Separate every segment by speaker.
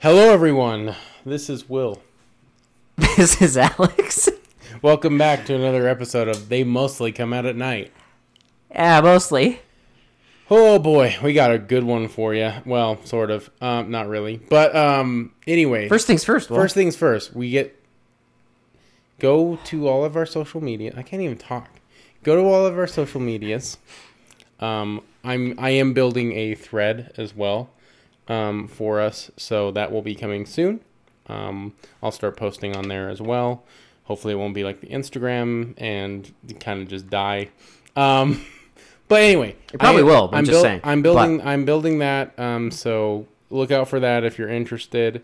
Speaker 1: Hello, everyone. This is Will.
Speaker 2: This is Alex.
Speaker 1: Welcome back to another episode of They Mostly Come Out at Night.
Speaker 2: yeah, mostly.
Speaker 1: Oh boy, we got a good one for you. Well, sort of. Um, not really. But um, anyway,
Speaker 2: First things first. Will.
Speaker 1: first things first, we get go to all of our social media. I can't even talk. Go to all of our social medias. Um, I'm I am building a thread as well um, for us, so that will be coming soon. Um, I'll start posting on there as well. Hopefully, it won't be like the Instagram and kind of just die. Um, but anyway, it
Speaker 2: probably will, but
Speaker 1: I'm
Speaker 2: I'm just
Speaker 1: buil-
Speaker 2: saying.
Speaker 1: I'm building. I'm building that. Um, so look out for that if you're interested.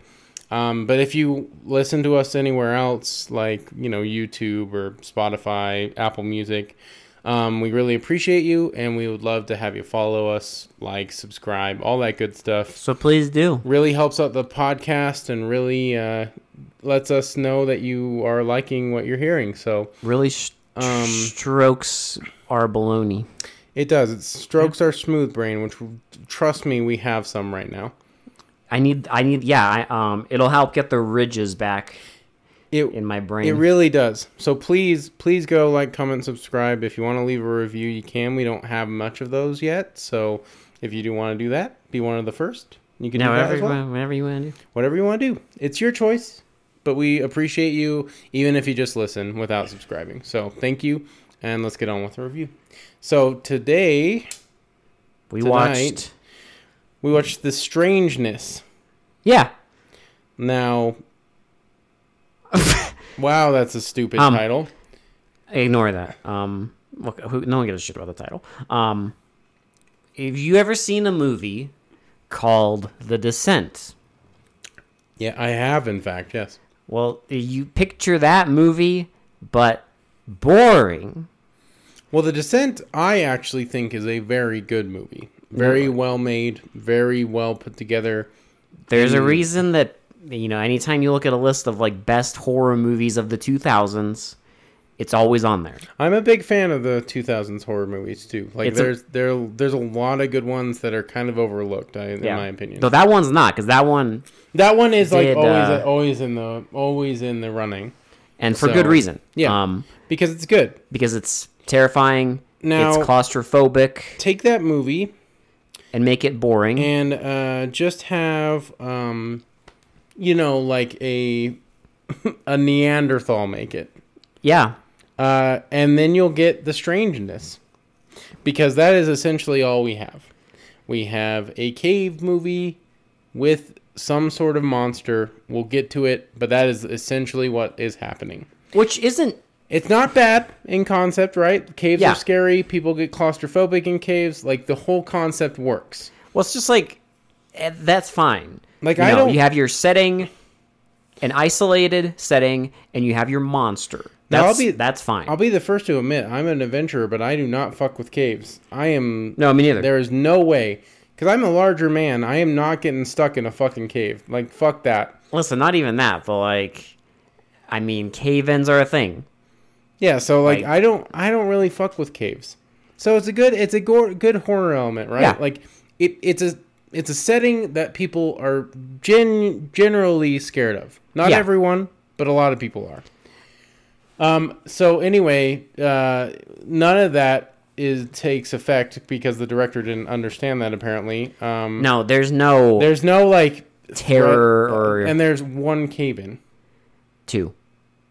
Speaker 1: Um, but if you listen to us anywhere else, like you know YouTube or Spotify, Apple Music, um, we really appreciate you, and we would love to have you follow us, like, subscribe, all that good stuff.
Speaker 2: so please do.
Speaker 1: Really helps out the podcast, and really uh, lets us know that you are liking what you're hearing. So
Speaker 2: Really sh- Um, strokes our baloney.
Speaker 1: it does. It strokes our smooth brain, which trust me, we have some right now.
Speaker 2: I need. I need. Yeah. I, um. It'll help get the ridges back
Speaker 1: It
Speaker 2: in my brain.
Speaker 1: It really does. So please, please go like, comment, subscribe. If you want to leave a review, you can. We don't have much of those yet, so if you do want to do that, be one of the first. You can
Speaker 2: now,
Speaker 1: do that
Speaker 2: whatever,
Speaker 1: as
Speaker 2: you
Speaker 1: well.
Speaker 2: want- whatever you want to do.
Speaker 1: Whatever you want to do, it's your choice. But we appreciate you, even if you just listen without subscribing. So thank you, and let's get on with the review. So today
Speaker 2: We
Speaker 1: Tonight-
Speaker 2: watched.
Speaker 1: we watched The Strangeness.
Speaker 2: Yeah.
Speaker 1: Now, wow, that's a stupid
Speaker 2: Um,
Speaker 1: title.
Speaker 2: Ignore that. Um. Look, who, no one gives a shit about the title. Um. Have you ever seen a movie called The Descent?
Speaker 1: Yeah, I have, in fact, yes.
Speaker 2: Well, you picture that movie, but boring.
Speaker 1: Well, The Descent, I actually think is a very good movie. Very well made, very well put together.
Speaker 2: There's a reason that you know anytime you look at a list of like best horror movies of the 2000s, it's always on there.
Speaker 1: I'm a big fan of the 2000s horror movies too. Like
Speaker 2: It's a-
Speaker 1: there's there there's a lot of good ones that are kind of overlooked, I, in my opinion.
Speaker 2: Though that one's not cuz that one
Speaker 1: that one is like
Speaker 2: Did,
Speaker 1: always
Speaker 2: uh,
Speaker 1: always in the always in the running
Speaker 2: and for
Speaker 1: So,
Speaker 2: good reason.
Speaker 1: yeah.
Speaker 2: Um
Speaker 1: because it's good.
Speaker 2: because it's terrifying,
Speaker 1: Now-
Speaker 2: it's claustrophobic
Speaker 1: Take that movie
Speaker 2: and make it boring.
Speaker 1: and uh, just have um, you know like a a Neanderthal make it.
Speaker 2: yeah.
Speaker 1: uh, and then you'll get the strangeness because that is essentially all we have we have a cave movie with some sort of monster we'll get to it but that is essentially what is happening
Speaker 2: Which isn't
Speaker 1: it's not bad in concept right caves
Speaker 2: Yeah.
Speaker 1: are scary people get claustrophobic in caves like the whole concept works
Speaker 2: well it's just like eh, that's fine.
Speaker 1: Like,
Speaker 2: you
Speaker 1: I don't-
Speaker 2: you have your setting an isolated setting and you have your monster.
Speaker 1: Now, I'll
Speaker 2: That's
Speaker 1: be-
Speaker 2: that's fine.
Speaker 1: i'll be the first to admit i'm an adventurer but i do not fuck with caves i am
Speaker 2: no, me neither.
Speaker 1: There is no way. Because I'm a larger man. I am not getting stuck in a fucking cave. Like, fuck that.
Speaker 2: Listen, not even that, but like, I mean, cave ins are a thing.
Speaker 1: Yeah, so like
Speaker 2: Like-
Speaker 1: I don't I don't really fuck with caves. So it's a good it's a go- good horror element, right?
Speaker 2: Yeah.
Speaker 1: Like it it's a it's a setting that people are gen- generally scared of. Not
Speaker 2: Yeah.
Speaker 1: everyone, but a lot of people are. Um so anyway, uh none of that is takes effect because the director didn't understand that apparently. Um
Speaker 2: No, there's no
Speaker 1: there's no like
Speaker 2: terror or
Speaker 1: and there's one cave in.
Speaker 2: two.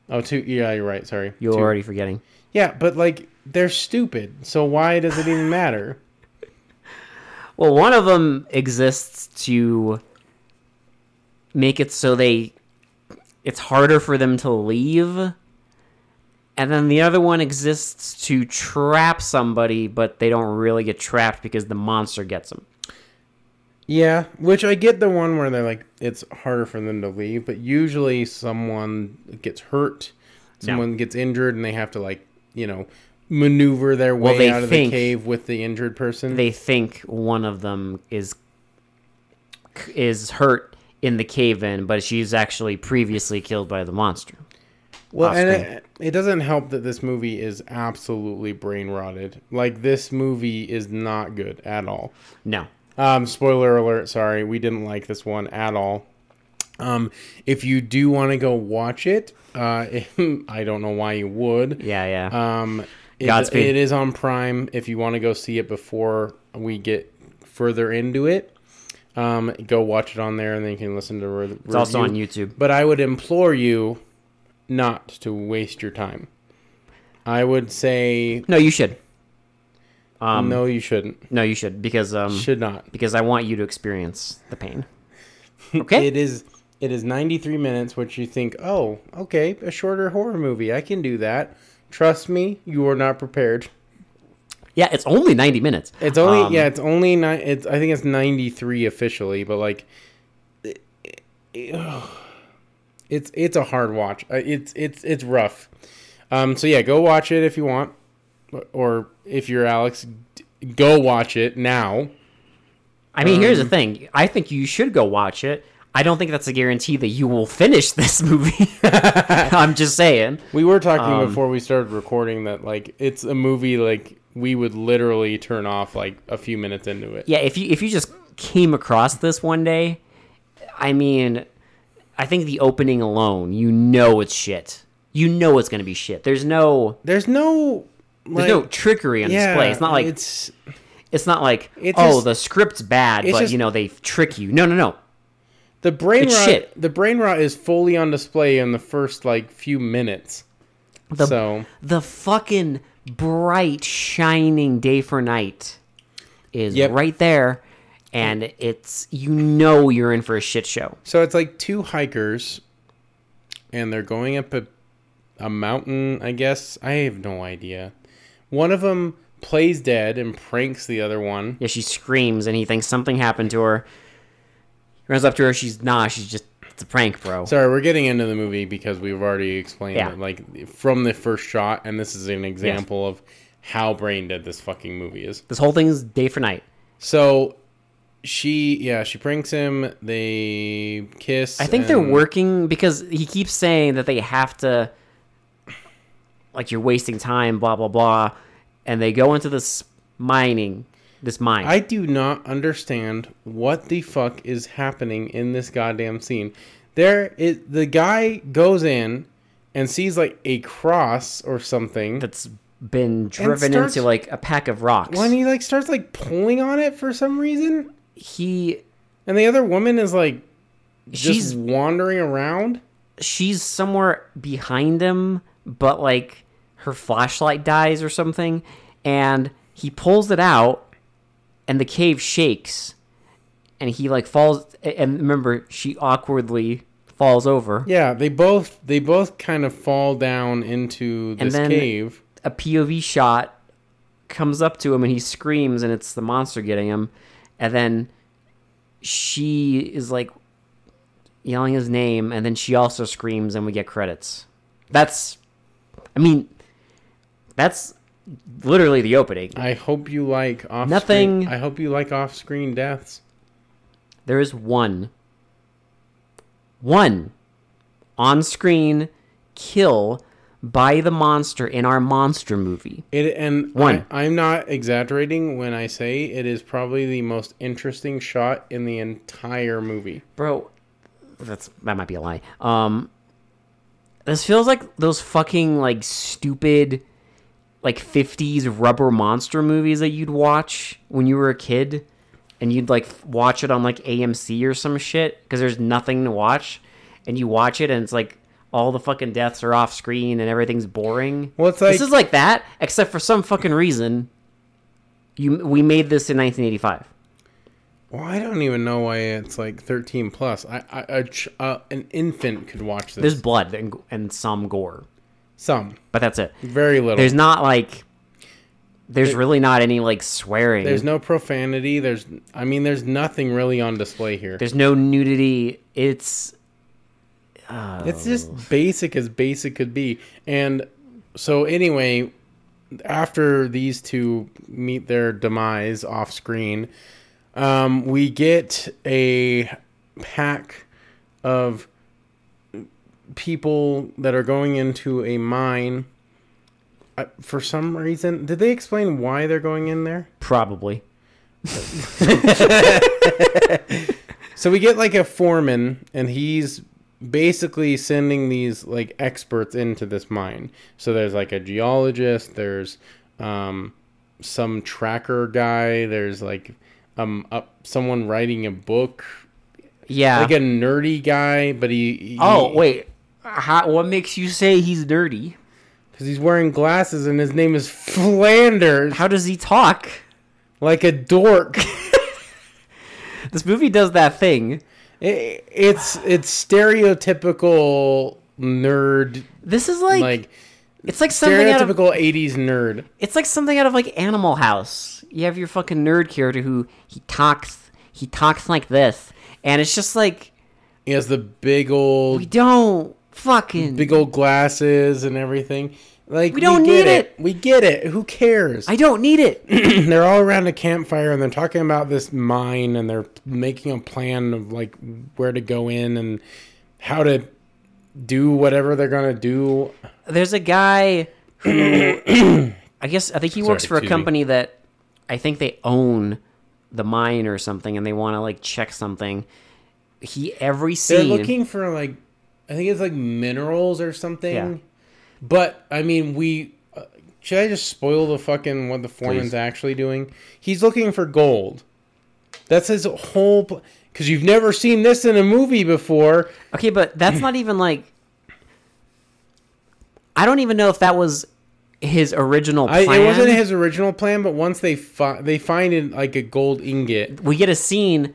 Speaker 1: Oh, two. Yeah, you're right. Sorry.
Speaker 2: You're
Speaker 1: Two.
Speaker 2: already forgetting.
Speaker 1: Yeah, but like they're stupid. So why does it even matter?
Speaker 2: Well, one of them exists to make it so they it's harder for them to leave. And then the other one exists to trap somebody, but they don't really get trapped because the monster gets them.
Speaker 1: Yeah, which I get the one where they're like it's harder for them to leave, but usually someone gets hurt, someone gets injured, and they have to like you know maneuver their way
Speaker 2: they
Speaker 1: out of the
Speaker 2: think-
Speaker 1: cave with the injured person.
Speaker 2: they think one of them is is hurt in the cave-in, but she's actually previously killed by the monster.
Speaker 1: Well, and
Speaker 2: offspring.
Speaker 1: it, it doesn't help that this movie is absolutely brain rotted. Like this movie is not good at all.
Speaker 2: No,
Speaker 1: Um, spoiler alert, sorry, we didn't like this one at all. Um, if you do want to go watch it, uh, I don't know why you would.
Speaker 2: Yeah, yeah.
Speaker 1: Um, it,
Speaker 2: Godspeed.
Speaker 1: it is on Prime. If you want to go see it before we get further into it, um, go watch it on there, and then you can listen to. Re-
Speaker 2: it's also on YouTube.
Speaker 1: But I would implore you not to waste your time. I would say
Speaker 2: No, you should. Um,
Speaker 1: no, you shouldn't.
Speaker 2: No, you should because um
Speaker 1: Should not.
Speaker 2: because I want you to experience the pain. Okay.
Speaker 1: It is it is 93 minutes, which you think, oh, okay, a shorter horror movie. I can do that. Trust me, you are not prepared.
Speaker 2: yeah, it's only ninety minutes.
Speaker 1: It's only
Speaker 2: Um,
Speaker 1: yeah, it's only nine. It's I think it's 93 officially, but like, it- it- it's it's a hard watch. Uh, It's it's it's rough. Um, so yeah, go watch it if you want, or if you're Alex, d- go watch it now.
Speaker 2: I mean,
Speaker 1: um,
Speaker 2: here's the thing. I think you should go watch it. I don't think that's a guarantee that you will finish this movie. I'm just saying.
Speaker 1: We were talking
Speaker 2: Um,
Speaker 1: before we started recording that like it's a movie like we would literally turn off like a few minutes into it.
Speaker 2: Yeah, if you if you just came across this one day, I mean, I think the opening alone, you know it's shit. You know it's going to be shit. There's no
Speaker 1: There's no
Speaker 2: there's
Speaker 1: like
Speaker 2: no trickery on display. It's not like it's,
Speaker 1: it's
Speaker 2: not like
Speaker 1: It's
Speaker 2: oh,
Speaker 1: just-
Speaker 2: the script's bad,
Speaker 1: it's
Speaker 2: but
Speaker 1: just-
Speaker 2: you know they trick you. No, no, no.
Speaker 1: the brain
Speaker 2: it's
Speaker 1: rot
Speaker 2: shit.
Speaker 1: the brain rot is fully on display in the first like few minutes.
Speaker 2: The
Speaker 1: so
Speaker 2: the fucking bright shining day for night is
Speaker 1: Yep.
Speaker 2: right there and it's you know you're in for a shit show
Speaker 1: so it's like two hikers and they're going up a a mountain, I guess. I have no idea. One of them plays dead and pranks the other one.
Speaker 2: yeah she screams and he thinks something happened to her he runs up to her she's nah she's just it's a prank bro
Speaker 1: Sorry, we're getting into the movie because we've already explained
Speaker 2: Yeah.
Speaker 1: it, like from the first shot, and this is an example of how brain dead this fucking movie is.
Speaker 2: this whole thing's day for night
Speaker 1: So she, yeah, she pranks him. They kiss.
Speaker 2: i think they're
Speaker 1: and-
Speaker 2: working because he keeps saying that they have to like you're wasting time blah blah blah and they go into this mining this mine
Speaker 1: I do not understand what the fuck is happening in this goddamn scene. There is the guy goes in and sees like a cross or something.
Speaker 2: that's been driven
Speaker 1: starts-
Speaker 2: into like a pack of rocks.
Speaker 1: when he like starts like pulling on it for some reason,
Speaker 2: he
Speaker 1: and the other woman is like just
Speaker 2: she's
Speaker 1: wandering around.
Speaker 2: she's somewhere behind him, but like her flashlight dies or something, and he pulls it out, and the cave shakes, and he like falls. And remember, she awkwardly falls over.
Speaker 1: Yeah, they both they both kind of fall down into this
Speaker 2: then-
Speaker 1: cave.
Speaker 2: A POV shot comes up to him, and he screams, and it's the monster getting him, and then she is like yelling his name and then she also screams and we get credits that's i mean that's literally the opening
Speaker 1: I hope you like off
Speaker 2: Nothing-
Speaker 1: I hope you like off screen deaths.
Speaker 2: there is one one on screen kill by the monster in our monster movie
Speaker 1: It and
Speaker 2: One.
Speaker 1: I, I'm not exaggerating when I say it is probably the most interesting shot in the entire movie.
Speaker 2: bro that's that might be a lie um this feels like those fucking like stupid like 50s rubber monster movies that you'd watch when you were a kid and you'd like f- watch it on like AMC or some shit because there's nothing to watch and you watch it and it's like all the fucking deaths are off screen and everything's boring
Speaker 1: Well, it's
Speaker 2: this
Speaker 1: like-
Speaker 2: is like that except for some fucking reason you we made this in 1985
Speaker 1: Well, I don't even know why it's like 13 plus. I, I a ch- uh, an infant could watch this.
Speaker 2: there's blood and, and some gore
Speaker 1: Some
Speaker 2: but that's it
Speaker 1: very little.
Speaker 2: there's not like there's really not any like swearing
Speaker 1: there's
Speaker 2: there's no,
Speaker 1: no profanity. There's I mean there's nothing really on display here.
Speaker 2: nudity it's
Speaker 1: It's just basic as basic could be. And so anyway, after these two meet their demise off screen, um, we get a pack of people that are going into a mine. Uh, for some reason, did they explain why they're going in there?
Speaker 2: probably
Speaker 1: So we get like a foreman, and he's basically sending these like experts into this mine. So there's like a geologist, there's um, some tracker guy, there's like um up someone writing a book,
Speaker 2: Yeah.
Speaker 1: like a nerdy guy, but he, he
Speaker 2: oh wait, How, what makes you say he's nerdy?
Speaker 1: because he's wearing glasses and his name is Flanders,
Speaker 2: How does he talk?
Speaker 1: like a dork.
Speaker 2: This movie does that thing.
Speaker 1: It, it's it's stereotypical nerd
Speaker 2: This is like,
Speaker 1: like
Speaker 2: it's like something out of
Speaker 1: stereotypical 80s nerd.
Speaker 2: it's like something out of like Animal House. You have your fucking nerd character who he talks he talks like this, and it's just like
Speaker 1: He has the big
Speaker 2: we
Speaker 1: old
Speaker 2: don't fucking
Speaker 1: big old glasses and everything. Like we
Speaker 2: don't
Speaker 1: get
Speaker 2: need
Speaker 1: We get it. Who cares?
Speaker 2: I don't need it.
Speaker 1: they're all around a campfire and they're talking about this mine and they're making a plan of like where to go in and how to do whatever they're gonna do.
Speaker 2: There's a guy who I guess I think he works
Speaker 1: Sorry,
Speaker 2: for a
Speaker 1: excuse me.
Speaker 2: company that I think they own the mine or something, and they want to like check something. He every
Speaker 1: They're
Speaker 2: scene
Speaker 1: looking for like I think it's like minerals or something.
Speaker 2: Yeah.
Speaker 1: But I mean, we uh, should I just spoil the fucking what the foreman's
Speaker 2: Please.
Speaker 1: actually doing? He's looking for gold. That's his whole pl- cuz you've never seen this in a movie before.
Speaker 2: Okay, but that's not even like. I don't even know if that was his original
Speaker 1: I,
Speaker 2: plan.
Speaker 1: it wasn't his original plan, but once they fi- they find it like a gold ingot.
Speaker 2: We get a scene,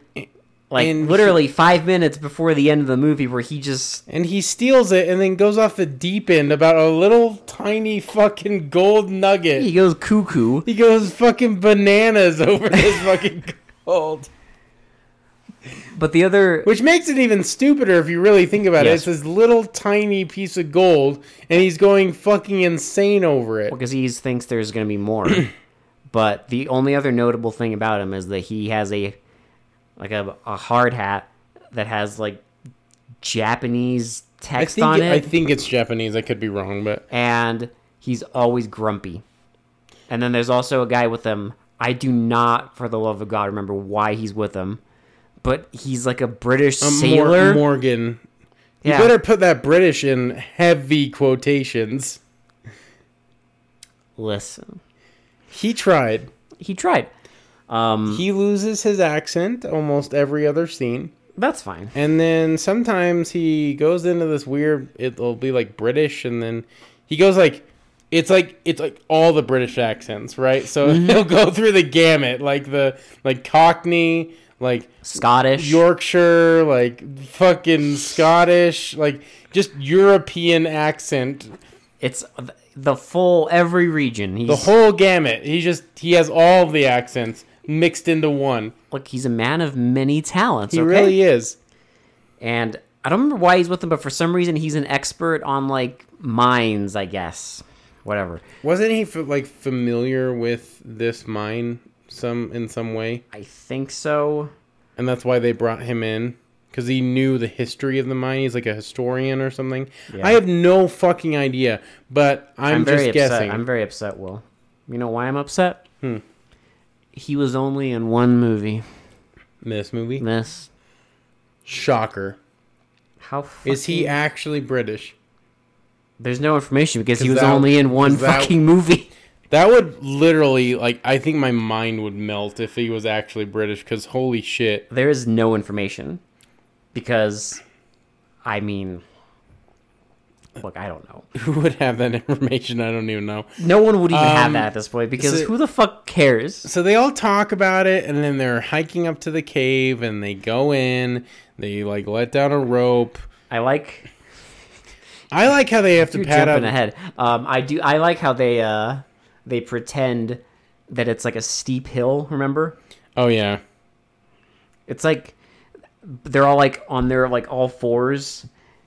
Speaker 2: like
Speaker 1: And
Speaker 2: literally five minutes before the end of the movie, where he just
Speaker 1: And he steals it and then goes off the deep end about a little tiny fucking gold nugget.
Speaker 2: he goes cuckoo.
Speaker 1: He goes fucking bananas over this fucking gold.
Speaker 2: But the other,
Speaker 1: Which makes it even stupider if you really think about
Speaker 2: Yes.
Speaker 1: it. It's this little tiny piece of gold, and he's going fucking insane over it.
Speaker 2: because he thinks there's going to be more. but the only other notable thing about him is that he has a like a, a hard hat that has like Japanese
Speaker 1: I
Speaker 2: text
Speaker 1: think,
Speaker 2: on it.
Speaker 1: I think it's Japanese. I could be wrong, but
Speaker 2: and he's always grumpy. And then there's also a guy with him. I do not, for the love of God, remember why he's with him, but he's like a British
Speaker 1: Um, Mor-
Speaker 2: sailor.
Speaker 1: Morgan. You
Speaker 2: Yeah.
Speaker 1: better put that British in heavy quotations.
Speaker 2: Listen,
Speaker 1: He tried.
Speaker 2: he tried. Um,
Speaker 1: He loses his accent almost every other scene.
Speaker 2: that's fine.
Speaker 1: And then sometimes he goes into this weird. It'll be like British, and then he goes like, it's like it's like all the British accents, right? So he'll go through the gamut, like the like Cockney, like
Speaker 2: Scottish.
Speaker 1: Yorkshire, like fucking Scottish, like just European accent,
Speaker 2: it's th- the full every region. He's
Speaker 1: the whole gamut. He just he has all the accents mixed into one.
Speaker 2: look. He's a man of many talents.
Speaker 1: He
Speaker 2: okay?
Speaker 1: really is.
Speaker 2: And I don't remember why he's with him, but for some reason he's an expert on like mines. I guess. Whatever.
Speaker 1: Wasn't he f- like familiar with this mine some in some way?
Speaker 2: I think so.
Speaker 1: and that's why they brought him in because he knew the history of the mine. He's like a historian or something. I have no fucking idea, but I'm,
Speaker 2: I'm,
Speaker 1: just
Speaker 2: very upset.
Speaker 1: guessing.
Speaker 2: I'm very upset, Will. You know why I'm upset? Hmm. He was only in one movie.
Speaker 1: This movie,
Speaker 2: This.
Speaker 1: shocker.
Speaker 2: How
Speaker 1: Is he
Speaker 2: fucking-
Speaker 1: actually British?
Speaker 2: There's no information because he
Speaker 1: 'Cause
Speaker 2: was
Speaker 1: that-
Speaker 2: only in one
Speaker 1: 'cause that-
Speaker 2: fucking movie.
Speaker 1: That would literally like I think my mind would melt if he was actually British. Because holy shit,
Speaker 2: There is no information because, I mean, look, I don't know.
Speaker 1: who would have that information? I don't even know.
Speaker 2: No one would even have
Speaker 1: Um,
Speaker 2: that at this point because
Speaker 1: so-
Speaker 2: who the fuck cares?
Speaker 1: so they all talk about it and then they're hiking up to the cave and they go in they like let down a rope
Speaker 2: I like
Speaker 1: i like how they have to
Speaker 2: You're
Speaker 1: pad up
Speaker 2: jumping ahead. Um, I do. I like how they uh they pretend that it's like a steep hill. Remember?
Speaker 1: oh yeah
Speaker 2: It's like they're all like on their like all fours.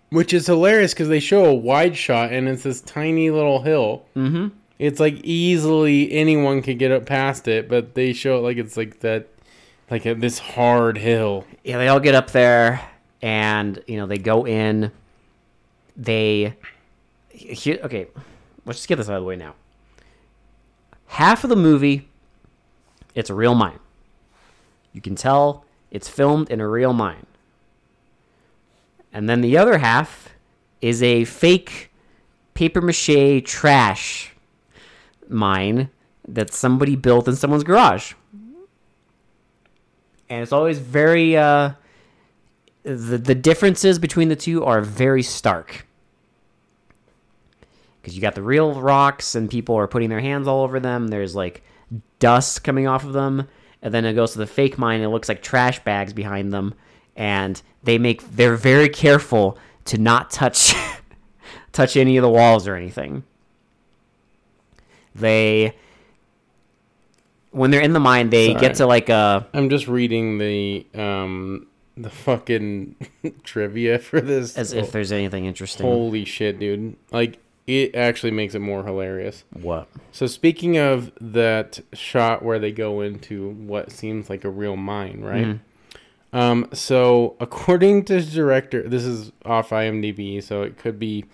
Speaker 1: which is hilarious because they show a wide shot and it's this tiny little hill. Mm-hmm. It's like easily anyone could get up past it, but they show it like it's like that, like a, this hard hill.
Speaker 2: Yeah, they all get up there and you know they go in. They here, okay. Let's just get this out of the way now. Half of the movie, it's a real mine. You can tell It's filmed in a real mine. And then the other half is a fake paper mache trash mine that somebody built in someone's garage. And it's always very uh the the differences between the two are very stark. Cuz you got the real rocks and people are putting their hands all over them. There's like dust coming off of them. And then it goes to the fake mine and it looks like trash bags behind them and they make they're very careful to not touch touch any of the walls or anything. They when they're in the mine, they
Speaker 1: Sorry.
Speaker 2: get to like a
Speaker 1: I'm just reading the um the fucking trivia for this.
Speaker 2: as if there's anything interesting.
Speaker 1: Holy shit, dude! Like it actually makes it more hilarious.
Speaker 2: What?
Speaker 1: So speaking of that shot where they go into what seems like a real mine, right? Um, so according to director, this is off IMDb, so it could be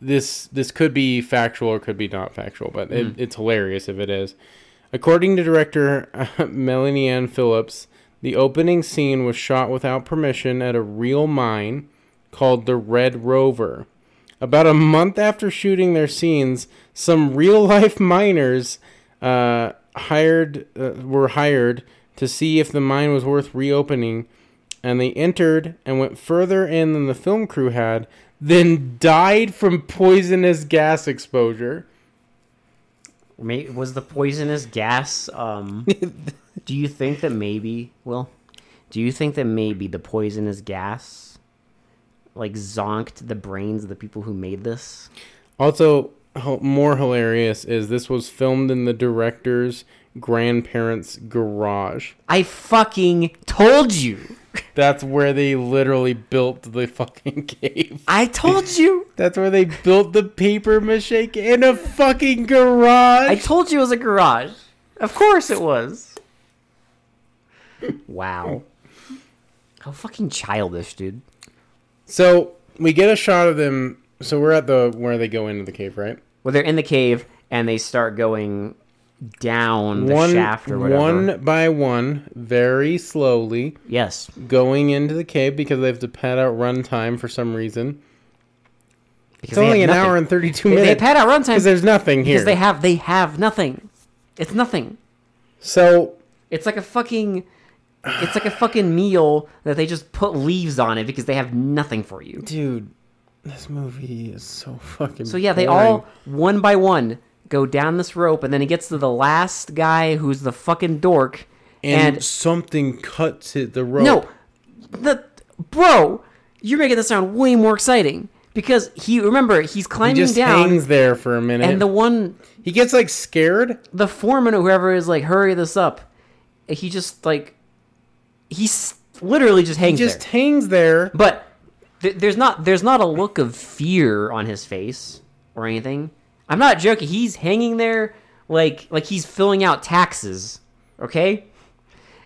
Speaker 1: this this could be factual or could be not factual, but it, it's hilarious if it is. According to director uh, Melanie Ann Phillips, the opening scene was shot without permission at a real mine called the Red Rover. About a month after shooting their scenes, some real life miners uh, hired uh, were hired to see if the mine was worth reopening, and they entered and went further in than the film crew had, then died from poisonous gas exposure.
Speaker 2: May, was the poisonous gas? Um, do you think that maybe? Well, do you think that maybe the poisonous gas, like zonked the brains of the people who made this?
Speaker 1: Also, h- more hilarious is this was filmed in the director's grandparents' garage.
Speaker 2: I fucking told you.
Speaker 1: That's where they literally built the fucking cave.
Speaker 2: I told you.
Speaker 1: That's where they built the paper mache in a fucking garage.
Speaker 2: I told you it was a garage. Of course it was. Wow. How fucking childish, dude.
Speaker 1: so we get a shot of them. So we're at the where they go into the cave, right?
Speaker 2: Well, they're in the cave and they start going down the shaft or whatever.
Speaker 1: one by one, very slowly
Speaker 2: Yes.
Speaker 1: going into the cave because they have to pad out run time for some reason. It's
Speaker 2: Because they
Speaker 1: only an
Speaker 2: have nothing.
Speaker 1: hour and thirty-two
Speaker 2: They, they
Speaker 1: minutes
Speaker 2: pad out runtime
Speaker 1: because there's nothing here.
Speaker 2: because they have they have nothing. It's nothing.
Speaker 1: so
Speaker 2: It's like a fucking it's like a fucking meal that they just put leaves on it because they have nothing for you.
Speaker 1: dude, this movie is so fucking.
Speaker 2: So yeah, they all one by one go down this rope, and then it gets to the last guy who's the fucking dork.
Speaker 1: and,
Speaker 2: And,
Speaker 1: something cuts it the rope.
Speaker 2: no, the bro, you're making this sound way more exciting because he remember he's
Speaker 1: he
Speaker 2: climbing
Speaker 1: just
Speaker 2: down,
Speaker 1: hangs there for a minute.
Speaker 2: and the one
Speaker 1: he gets like scared.
Speaker 2: the foreman or whoever is like, hurry this up. and He just like he's literally just
Speaker 1: He
Speaker 2: hangs
Speaker 1: just
Speaker 2: there,
Speaker 1: hangs there.
Speaker 2: but. th- There's not there's not a look of fear on his face or anything. I'm not joking. He's hanging there like like he's filling out taxes, okay?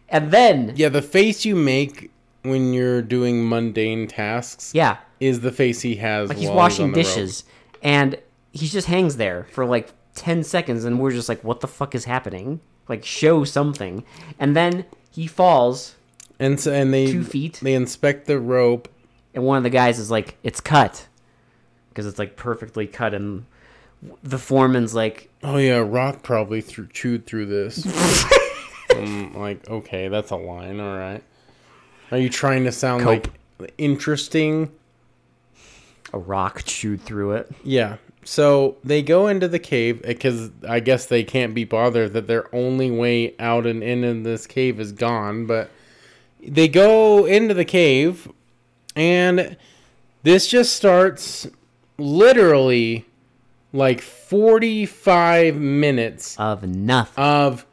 Speaker 2: And then
Speaker 1: Yeah, the face you make when you're doing mundane tasks
Speaker 2: yeah,
Speaker 1: is the face he has.
Speaker 2: like he's
Speaker 1: while on
Speaker 2: washing
Speaker 1: the rope.
Speaker 2: dishes and he just hangs there for like 10 seconds and we're just like what the fuck is happening? Like show something. And then he falls
Speaker 1: and so and they
Speaker 2: Two feet.
Speaker 1: They inspect the rope.
Speaker 2: and one of the guys is like, "It's cut," because it's like perfectly cut, and the foreman's like,
Speaker 1: Oh yeah, a rock probably through, chewed through this. I'm like, okay, that's a line. All right. Are you trying to sound
Speaker 2: Cope.
Speaker 1: like interesting?
Speaker 2: "A rock chewed through it."
Speaker 1: Yeah. So they go into the cave because I guess they can't be bothered that their only way out and in in this cave is gone. But they go into the cave, and this just starts literally like 45 minutes
Speaker 2: Of nothing.
Speaker 1: of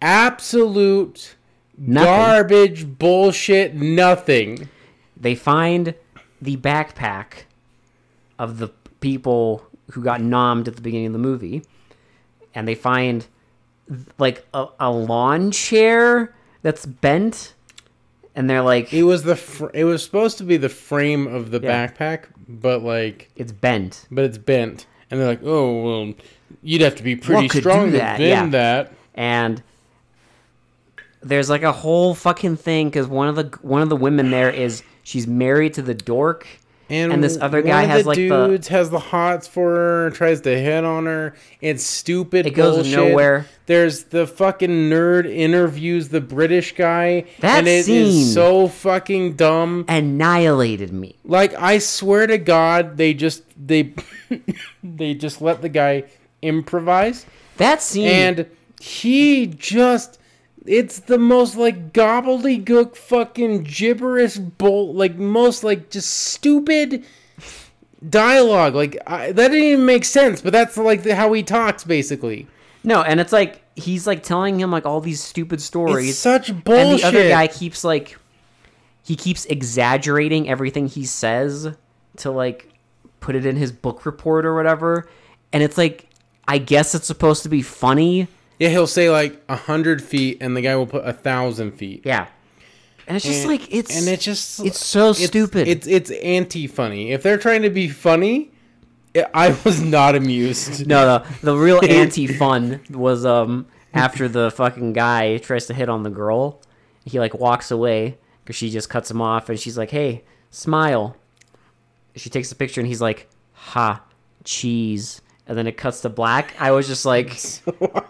Speaker 1: absolute
Speaker 2: nothing.
Speaker 1: garbage, bullshit, nothing.
Speaker 2: they find the backpack of the people who got nommed at the beginning of the movie, and they find like a, a lawn chair that's bent, and they're like,
Speaker 1: It was the fr- it was supposed to be the frame of the
Speaker 2: Yeah.
Speaker 1: backpack, but like
Speaker 2: "It's bent."
Speaker 1: but it's bent. And they're like, oh, well, you'd have to be pretty
Speaker 2: What could
Speaker 1: strong
Speaker 2: do
Speaker 1: to
Speaker 2: that?
Speaker 1: bend
Speaker 2: Yeah.
Speaker 1: that.
Speaker 2: and there's like a whole fucking thing because one of the one of the women there is she's married to the dork, and, this other
Speaker 1: one
Speaker 2: guy
Speaker 1: of
Speaker 2: has
Speaker 1: the
Speaker 2: like the
Speaker 1: dudes has the hots for her, tries to hit on her. It's stupid.
Speaker 2: It goes
Speaker 1: bullshit.
Speaker 2: nowhere.
Speaker 1: There's the fucking nerd interviews the British guy,
Speaker 2: That
Speaker 1: and it is
Speaker 2: scene.
Speaker 1: so fucking dumb.
Speaker 2: annihilated me.
Speaker 1: Like I swear to God, they just they they just let the guy improvise,
Speaker 2: That scene
Speaker 1: and he just. It's the most like gobbledygook fucking gibberish bull like most like just stupid dialogue like I, that didn't even make sense but that's like the, how he talks basically
Speaker 2: no, and it's like he's like telling him like all these stupid stories.
Speaker 1: it's such bullshit
Speaker 2: and the other guy keeps like he keeps exaggerating everything he says to like put it in his book report or whatever and it's like i guess it's supposed to be funny
Speaker 1: yeah he'll say like a hundred feet and the guy will put a thousand feet
Speaker 2: yeah and it's just like it's
Speaker 1: and it's just
Speaker 2: it's so stupid
Speaker 1: It's it's anti funny. If they're trying to be funny, I- I was not amused.
Speaker 2: no no the real anti fun was um after the fucking guy tries to hit on the girl he like walks away because she just cuts him off and she's like hey smile she takes a picture and he's like ha cheese and then it cuts to black i was just like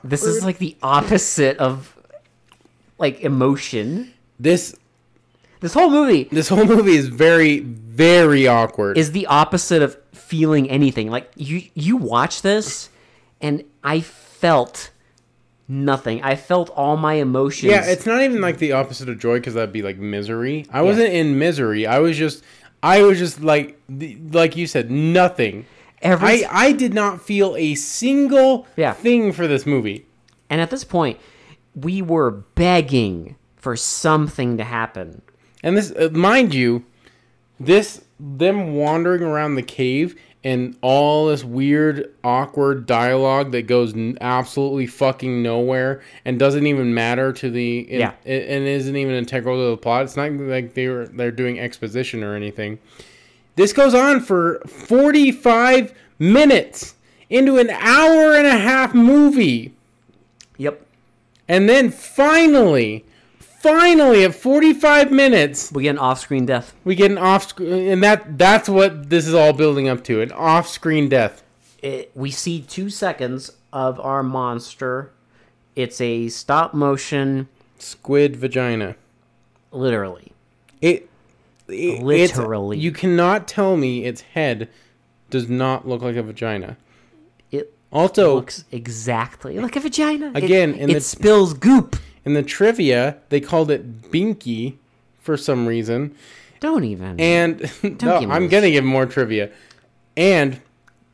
Speaker 2: this is like the opposite of like emotion
Speaker 1: This
Speaker 2: this whole movie
Speaker 1: this whole movie is very very awkward.
Speaker 2: is the opposite of feeling anything. Like you you watch this and I felt nothing. I felt all my emotions.
Speaker 1: yeah, it's not even like the opposite of joy because that'd be like misery. I wasn't in misery. I was just I was just like the- like you said nothing.
Speaker 2: every
Speaker 1: I I did not feel a single
Speaker 2: Yeah.
Speaker 1: thing for this movie.
Speaker 2: and at this point we were begging for something to happen.
Speaker 1: And this, uh, mind you, this them wandering around the cave and all this weird, awkward dialogue that goes n- absolutely fucking nowhere and doesn't even matter to the and,
Speaker 2: Yeah.
Speaker 1: and- and isn't even integral to the plot. It's not like they were they're doing exposition or anything. This goes on for forty five minutes into an hour and a half movie.
Speaker 2: Yep.
Speaker 1: And then finally, finally at 45 minutes,
Speaker 2: We get an off-screen death.
Speaker 1: we get an off screen and that that's what this is all building up to an off screen death
Speaker 2: It, we see 2 seconds of our monster. It's a stop motion
Speaker 1: squid vagina
Speaker 2: literally.
Speaker 1: it, it it's-
Speaker 2: Literally.
Speaker 1: you cannot tell me its head does not look like a vagina
Speaker 2: It
Speaker 1: also
Speaker 2: looks exactly like a vagina. It-
Speaker 1: Again,
Speaker 2: it,
Speaker 1: in the-
Speaker 2: spills goop.
Speaker 1: in the trivia they called it binky for some reason
Speaker 2: Don't even.
Speaker 1: and no,
Speaker 2: give me
Speaker 1: i'm
Speaker 2: this.
Speaker 1: gonna give more trivia and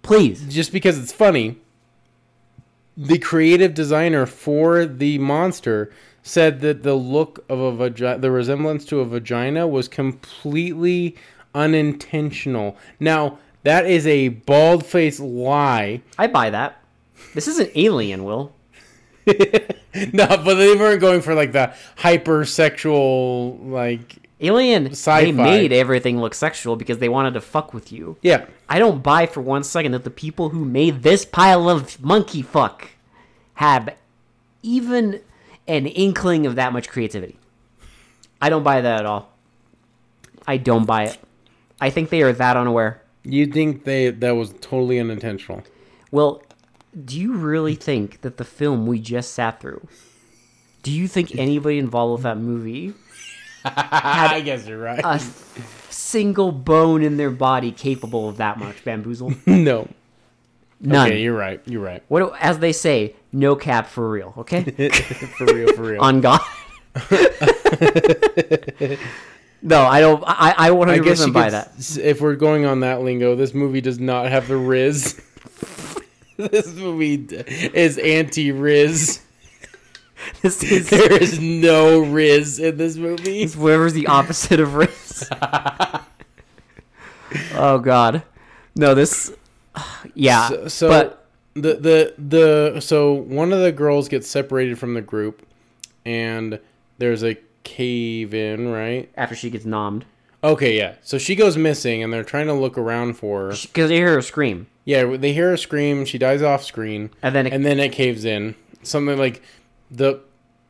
Speaker 2: Please.
Speaker 1: just because it's funny, the creative designer for the monster said that the look of a vagina, the resemblance to a vagina, was completely unintentional. Now that is a bald-faced lie.
Speaker 2: I buy that. This isn't Alien, Will.
Speaker 1: no, but they weren't going for like the hypersexual, like
Speaker 2: Alien,
Speaker 1: Sci-fi.
Speaker 2: they made everything look sexual because they wanted to fuck with you.
Speaker 1: yeah.
Speaker 2: I don't buy for one second that the people who made this pile of monkey fuck have even an inkling of that much creativity. I don't buy that at all. I don't buy it. I think they are that unaware.
Speaker 1: You think they that was totally unintentional?
Speaker 2: Well, do you really think that the film we just sat through? Do you think anybody involved with that movie
Speaker 1: I guess you're right.
Speaker 2: a single bone in their body capable of that much bamboozle?
Speaker 1: no.
Speaker 2: None.
Speaker 1: Okay, you're right. You're right.
Speaker 2: what do- as they say, no cap for real. Okay,
Speaker 1: for real. For real.
Speaker 2: on God. no, I don't. I I one
Speaker 1: I
Speaker 2: hundred
Speaker 1: guess you
Speaker 2: percent buy
Speaker 1: could
Speaker 2: that.
Speaker 1: s- If we're going on that lingo, this movie does not have the Riz. this movie d- is anti Riz.
Speaker 2: This is
Speaker 1: There is no Riz in this movie.
Speaker 2: it's whatever's the opposite of race. oh God, no. This, yeah.
Speaker 1: So, so
Speaker 2: but
Speaker 1: the the the so one of the girls gets separated from the group, and there's a cave in, right?
Speaker 2: after she gets nommed,
Speaker 1: Okay, yeah. So she goes missing, and they're trying to look around for her.
Speaker 2: because they hear her scream,
Speaker 1: Yeah, they hear her scream. She dies off screen.
Speaker 2: and then it,
Speaker 1: and then it caves in. Something like the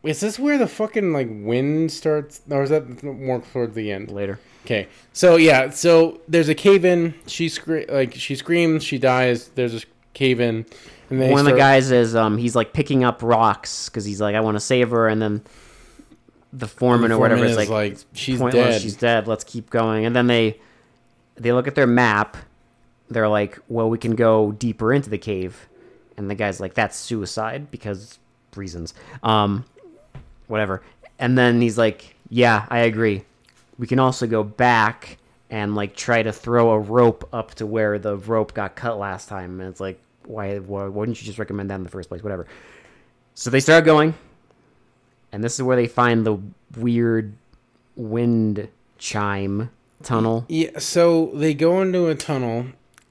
Speaker 1: Is this where the fucking like wind starts, or is that more towards the end?
Speaker 2: later.
Speaker 1: Okay, so yeah, so there's a cave in. She scre- like she screams, she dies. There's a cave in, and they
Speaker 2: One of the
Speaker 1: start-
Speaker 2: guys is um he's like picking up rocks because he's like I want to save her, and then the foreman, or whatever
Speaker 1: foreman
Speaker 2: is like,
Speaker 1: like she's
Speaker 2: pointless.
Speaker 1: dead.
Speaker 2: She's dead. Let's keep going. And then they they look at their map. They're like, well, we can go deeper into the cave. And the guy's like, that's suicide because reasons. Um, whatever. And then he's like, yeah, I agree. We can also go back and like try to throw a rope up to where the rope got cut last time. And it's like, why, why wouldn't you just recommend that in the first place? Whatever. So they start going. And this is where they find the weird wind chime tunnel.
Speaker 1: yeah, so they go into a tunnel.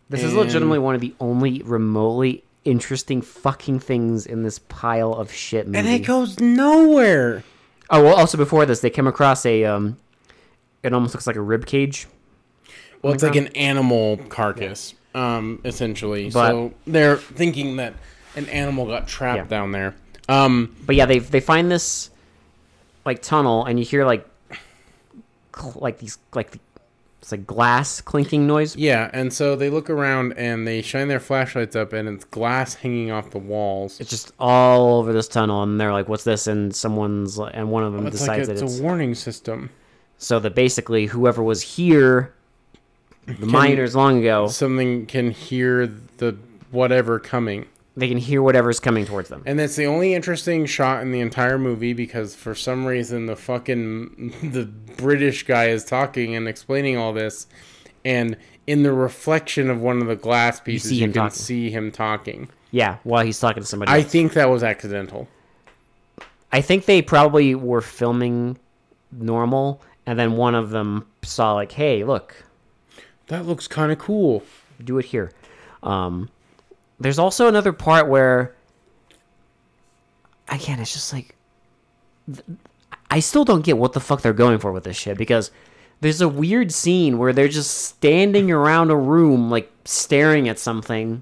Speaker 2: This is
Speaker 1: And-
Speaker 2: legitimately one of the only remotely interesting fucking things in this pile of shit movie.
Speaker 1: And it goes nowhere.
Speaker 2: oh well, also before this, they came across a um, it almost looks like a rib cage.
Speaker 1: Well, it's like an animal carcass, um, essentially.
Speaker 2: But-
Speaker 1: so they're thinking that an animal got trapped
Speaker 2: Yeah.
Speaker 1: down there. Um,
Speaker 2: But yeah, they they find this like tunnel, and you hear like cl- like these like the, it's like glass clinking noise.
Speaker 1: yeah, and so they look around and they shine their flashlights up, and it's glass hanging off the walls.
Speaker 2: It's just all over this tunnel, and they're like, "What's this?" And someone's and one of them
Speaker 1: It's like
Speaker 2: decides
Speaker 1: it's
Speaker 2: that it's
Speaker 1: a warning system.
Speaker 2: so that basically whoever was here, the miners long ago,
Speaker 1: Something can hear the whatever coming.
Speaker 2: they can hear whatever's coming towards them.
Speaker 1: And that's the only interesting shot in the entire movie because for some reason the fucking the British guy is talking and explaining all this, and in the reflection of one of the glass pieces,
Speaker 2: see
Speaker 1: you,
Speaker 2: him
Speaker 1: can
Speaker 2: talking.
Speaker 1: see him talking.
Speaker 2: Yeah, while he's talking to somebody.
Speaker 1: I
Speaker 2: I,
Speaker 1: think that was accidental.
Speaker 2: I think they probably were filming normal, and then one of them saw like, "Hey, look,
Speaker 1: That looks kind of cool.
Speaker 2: do it here." Um, there's also another part where, again, it's just like, th- I still don't get what the fuck they're going for with this shit because there's a weird scene where they're just standing around a room like staring at something.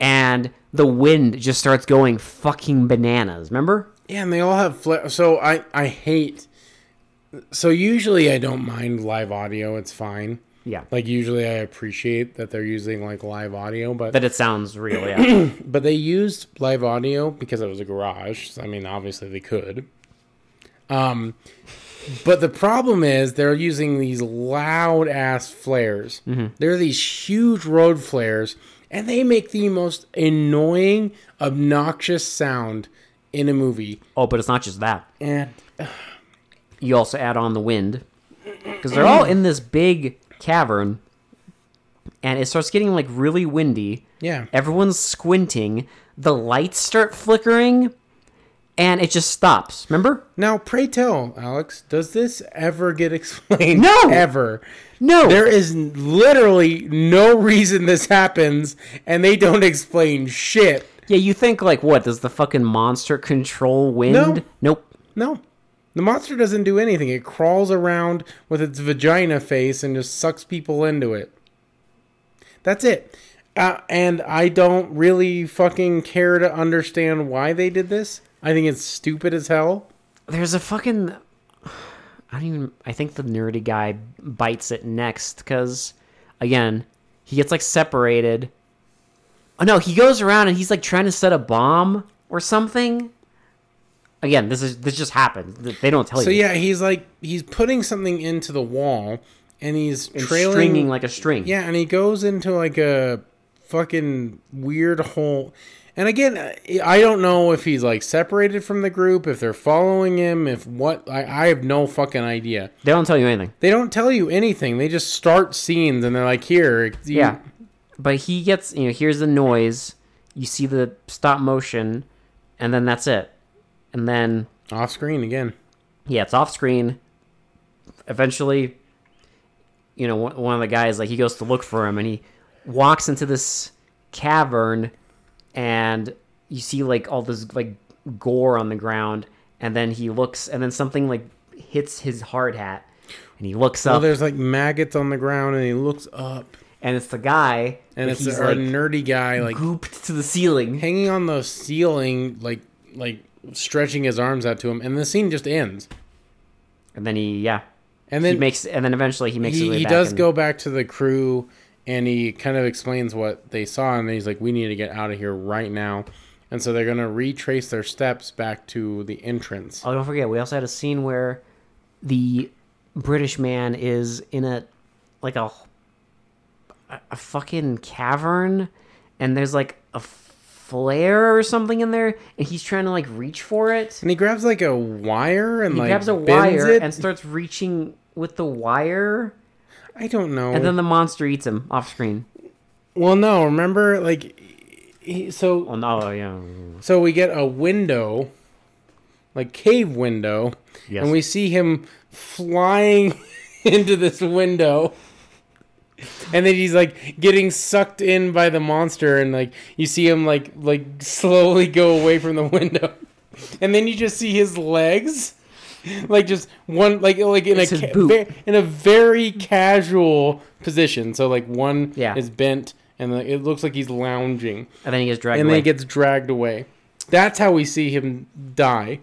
Speaker 2: And the wind just starts going fucking bananas. Remember?
Speaker 1: Yeah, and they all have fla- so I I hate. So usually I don't mind live audio; it's fine.
Speaker 2: Yeah.
Speaker 1: Like usually I appreciate that they're using like live audio, but
Speaker 2: that it sounds real. Yeah,
Speaker 1: But they used live audio because it was a garage. So, I mean, obviously they could. Um, but the problem is they're using these loud ass flares. They're these huge road flares, and they make the most annoying, obnoxious sound in a movie.
Speaker 2: oh, but it's not just that.
Speaker 1: And
Speaker 2: You also add on the wind because they're all in this big cavern, and it starts getting like really windy.
Speaker 1: yeah,
Speaker 2: Everyone's squinting. The lights start flickering, and it just stops. Remember?
Speaker 1: now pray tell, Alex, does this ever get explained?
Speaker 2: No!
Speaker 1: ever.
Speaker 2: No.
Speaker 1: There is literally no reason this happens, and they don't explain shit.
Speaker 2: yeah, you think like what? Does the fucking monster control wind?
Speaker 1: No.
Speaker 2: Nope.
Speaker 1: No. The monster doesn't do anything. It crawls around with its vagina face and just sucks people into it. That's it. Uh, and I don't really fucking care to understand why they did this. I think it's stupid as hell.
Speaker 2: There's a fucking. I don't even. I think the nerdy guy bites it next because, again, he gets like separated. Oh no, he goes around and he's like trying to set a bomb or something. Again, this is this just happened. Th- They don't tell
Speaker 1: So
Speaker 2: you.
Speaker 1: yeah, he's like he's putting something into the wall and he's trailing
Speaker 2: stringing like a string.
Speaker 1: Yeah, and he goes into like a fucking weird hole. And again, I- I don't know if he's like separated from the group, if they're following him, if what. I, I have no fucking idea.
Speaker 2: They don't tell you anything.
Speaker 1: They don't tell you anything. They just start scenes and they're like, here. you-
Speaker 2: Yeah. But he gets, you know, hears the noise, you see the stop motion, and then that's it. And then,
Speaker 1: Off screen again.
Speaker 2: yeah, it's off screen. Eventually, you know, one one of the guys, like, he goes to look for him and he walks into this cavern and you see, like, all this, like, gore on the ground. And then he looks, and then something, like, hits his hard hat. And he looks
Speaker 1: Oh,
Speaker 2: up,
Speaker 1: there's like maggots on the ground and he looks up.
Speaker 2: and it's the guy,
Speaker 1: And
Speaker 2: but
Speaker 1: it's
Speaker 2: he's,
Speaker 1: our
Speaker 2: like,
Speaker 1: nerdy guy like
Speaker 2: gooped to the ceiling.
Speaker 1: hanging on the ceiling, like, like stretching his arms out to him, and the scene just ends.
Speaker 2: And then he, yeah,
Speaker 1: And then
Speaker 2: he makes, and then eventually he makes. his
Speaker 1: he,
Speaker 2: way
Speaker 1: he
Speaker 2: back
Speaker 1: does
Speaker 2: and-
Speaker 1: go back to the crew and he kind of explains what they saw and he's like we need to get out of here right now and so they're going to retrace their steps back to the entrance
Speaker 2: Oh, don't forget, we also had a scene where the British man is in a like a a fucking cavern, and there's like a flare or something in there, and he's trying to like reach for it.
Speaker 1: and he grabs like a wire and
Speaker 2: He
Speaker 1: like
Speaker 2: grabs a
Speaker 1: bends
Speaker 2: wire
Speaker 1: it.
Speaker 2: and starts reaching with the wire,
Speaker 1: i don't know
Speaker 2: and then the monster eats him off screen.
Speaker 1: well no remember like he, so
Speaker 2: Well, no, oh, yeah,
Speaker 1: So we get a window, like cave window,
Speaker 2: Yes.
Speaker 1: and we see him flying into this window. And then he's like getting sucked in by the monster and like you see him like like slowly go away from the window. And then you just see his legs like just one like like in
Speaker 2: It's
Speaker 1: a ca-
Speaker 2: his boot.
Speaker 1: ve- in a very casual position. So like one
Speaker 2: Yeah.
Speaker 1: is bent and like, it looks like he's lounging
Speaker 2: and then he gets dragged
Speaker 1: and
Speaker 2: away.
Speaker 1: then he gets dragged away. That's how we see him die.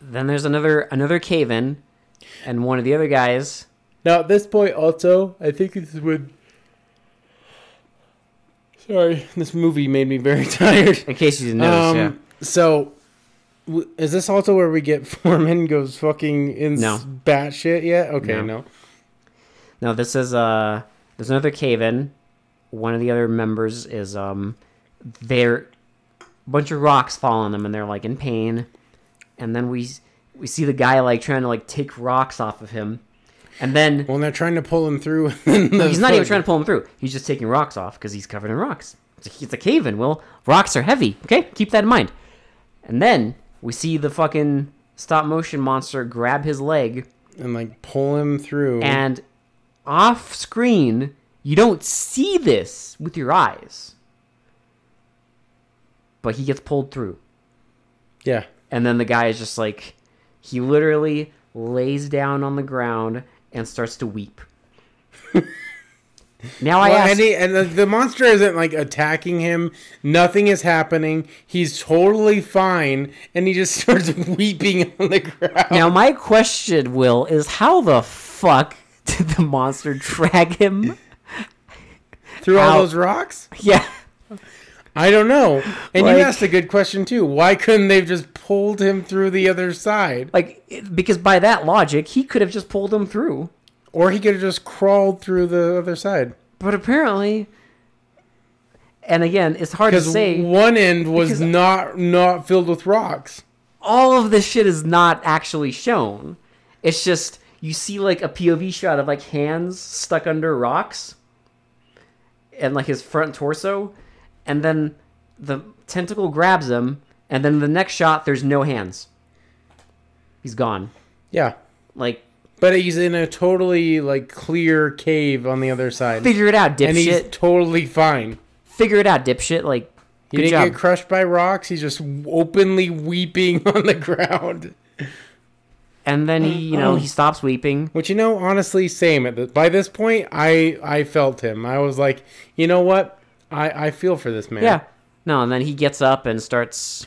Speaker 2: then there's another another cave in, and one of the other guys.
Speaker 1: Now at this point, also, I think this is when. Sorry, this movie made me very tired.
Speaker 2: In case you didn't notice,
Speaker 1: Um,
Speaker 2: yeah.
Speaker 1: so w- is this also where we get Foreman goes fucking in
Speaker 2: No.
Speaker 1: batshit yet? Okay,
Speaker 2: No.
Speaker 1: no.
Speaker 2: No, this is uh there's another cave in. One of the other members is um they're a bunch of rocks fall on them and they're like in pain. And then we we see the guy like trying to like take rocks off of him. And then
Speaker 1: Well, they're trying to pull him through.
Speaker 2: he's not even trying to pull him through. He's just taking rocks off because he's covered in rocks. It's a, it's a cave in, Will. Rocks are heavy, okay? Keep that in mind. And then we see the fucking stop motion monster grab his leg
Speaker 1: and like pull him through.
Speaker 2: and off screen you don't see this with your eyes but he gets pulled through
Speaker 1: yeah,
Speaker 2: and then the guy is just like he literally lays down on the ground and starts to weep now i
Speaker 1: Well,
Speaker 2: ask
Speaker 1: and, he, and the, the monster isn't like attacking him. Nothing is happening. He's totally fine, and he just starts weeping on the ground.
Speaker 2: now my question will is how the fuck did the monster drag him
Speaker 1: through
Speaker 2: Ow.
Speaker 1: all those rocks.
Speaker 2: yeah
Speaker 1: I don't know. And
Speaker 2: Like-
Speaker 1: you asked a good question too. Why couldn't they have just pulled him through the other side,
Speaker 2: like it- because by that logic he could have just pulled him through
Speaker 1: or he could have just crawled through the other side?
Speaker 2: But apparently, and again, it's hard to
Speaker 1: Because
Speaker 2: say.
Speaker 1: one end was
Speaker 2: because-
Speaker 1: not not filled with rocks.
Speaker 2: all of this shit is not actually shown. It's just you see like a POV shot of like hands stuck under rocks, and like his front torso, and then the tentacle grabs him, and then the next shot there's no hands. He's gone.
Speaker 1: Yeah,
Speaker 2: Like
Speaker 1: but he's in a totally like clear cave on the other side,
Speaker 2: figure it out,
Speaker 1: and he's
Speaker 2: dipshit.
Speaker 1: totally fine.
Speaker 2: Figure it out, dipshit. Like
Speaker 1: He
Speaker 2: good
Speaker 1: didn't
Speaker 2: job.
Speaker 1: get crushed by rocks. He's just openly weeping on the ground.
Speaker 2: and then he, you know,
Speaker 1: Oh.
Speaker 2: he stops weeping.
Speaker 1: Which you know, honestly, same. At the, by this point, I I felt him. I was like, you know what? I I feel for this man.
Speaker 2: Yeah. No, and then he gets up and starts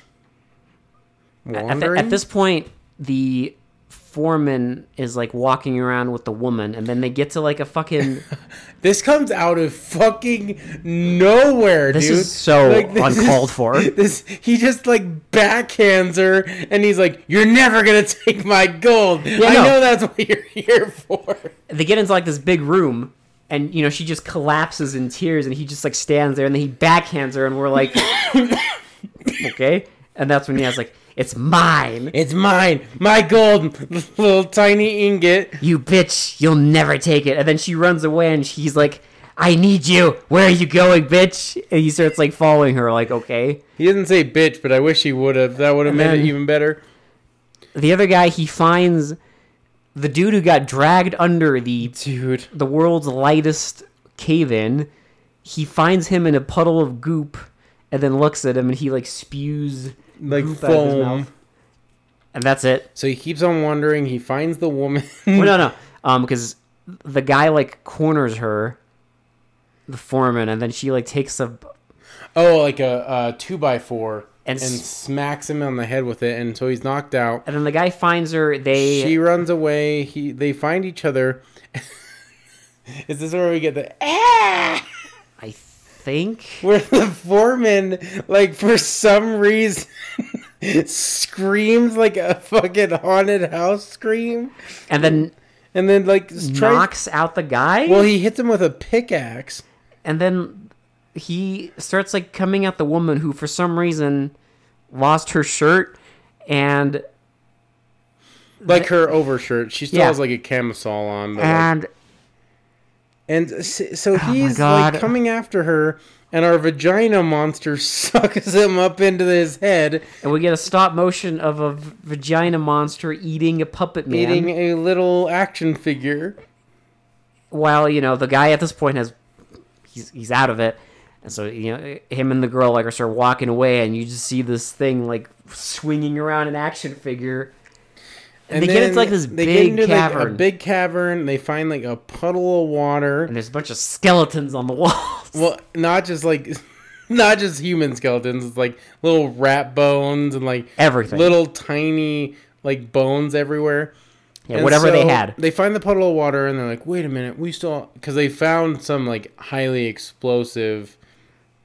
Speaker 2: at, the-
Speaker 1: Wandering?
Speaker 2: at this point the foreman is like walking around with the woman and then they get to like a fucking
Speaker 1: this comes out of fucking nowhere,
Speaker 2: this
Speaker 1: dude.
Speaker 2: is so
Speaker 1: Like, this is-
Speaker 2: uncalled for
Speaker 1: This he just like backhands her, and he's like, "You're never gonna take my gold. I
Speaker 2: no.
Speaker 1: know that's what you're here for."
Speaker 2: they get into like this big room and you know she just collapses in tears and he just like stands there and then he backhands her and we're like okay and that's when he has like it's mine
Speaker 1: It's mine, my gold, little tiny ingot.
Speaker 2: you bitch you'll never take it and then she runs away and he's like i need you where are you going bitch and he starts like following her like okay
Speaker 1: He didn't say bitch, but I wish he would have. That would have made
Speaker 2: then-
Speaker 1: it even better.
Speaker 2: the other guy he finds the dude who got dragged under the
Speaker 1: Dude.
Speaker 2: the world's lightest cave in he finds him in a puddle of goop and then looks at him and he like spews
Speaker 1: Like
Speaker 2: goop out of his
Speaker 1: foam.
Speaker 2: mouth and that's it
Speaker 1: So he keeps on wandering. He finds the woman.
Speaker 2: well, no no um because the guy like corners her the foreman and then she like takes a
Speaker 1: oh, like a, a two by four.
Speaker 2: and,
Speaker 1: and
Speaker 2: s
Speaker 1: smacks him on the head with it, and so he's knocked out.
Speaker 2: and then the guy finds her. They
Speaker 1: She runs away. He they find each other. Is this where we get the ah?
Speaker 2: I think
Speaker 1: Where the foreman, like for some reason, screams like a fucking haunted house scream,
Speaker 2: and then
Speaker 1: and then like tries.
Speaker 2: knocks out the guy.
Speaker 1: well, he hits him with a pickaxe.
Speaker 2: and then he starts like coming at the woman who for some reason lost her shirt and
Speaker 1: like her overshirt. She still
Speaker 2: Yeah. Ah.
Speaker 1: has like a camisole on, but like,
Speaker 2: and
Speaker 1: and s- so he's
Speaker 2: Oh God.
Speaker 1: like coming after her, and our vagina monster sucks him up into his head,
Speaker 2: and we get a stop motion of a v- vagina monster eating a puppet man
Speaker 1: eating a little action figure.
Speaker 2: while you know the guy at this point has he's he's out of it and so you know him and the girl like are sort of walking away and you just see this thing like swinging around an action figure and, they get
Speaker 1: then
Speaker 2: into like this
Speaker 1: they get
Speaker 2: big
Speaker 1: into, like,
Speaker 2: cavern
Speaker 1: a big cavern. They find like a puddle of water.
Speaker 2: and there's a bunch of skeletons on the walls
Speaker 1: Well, not just like. Not just human skeletons, it's like little rat bones and like
Speaker 2: Everything.
Speaker 1: little tiny like bones everywhere.
Speaker 2: yeah,
Speaker 1: And
Speaker 2: whatever they
Speaker 1: so
Speaker 2: had
Speaker 1: They find the puddle of water and they're like, wait a minute, we still. Because they found some like highly explosive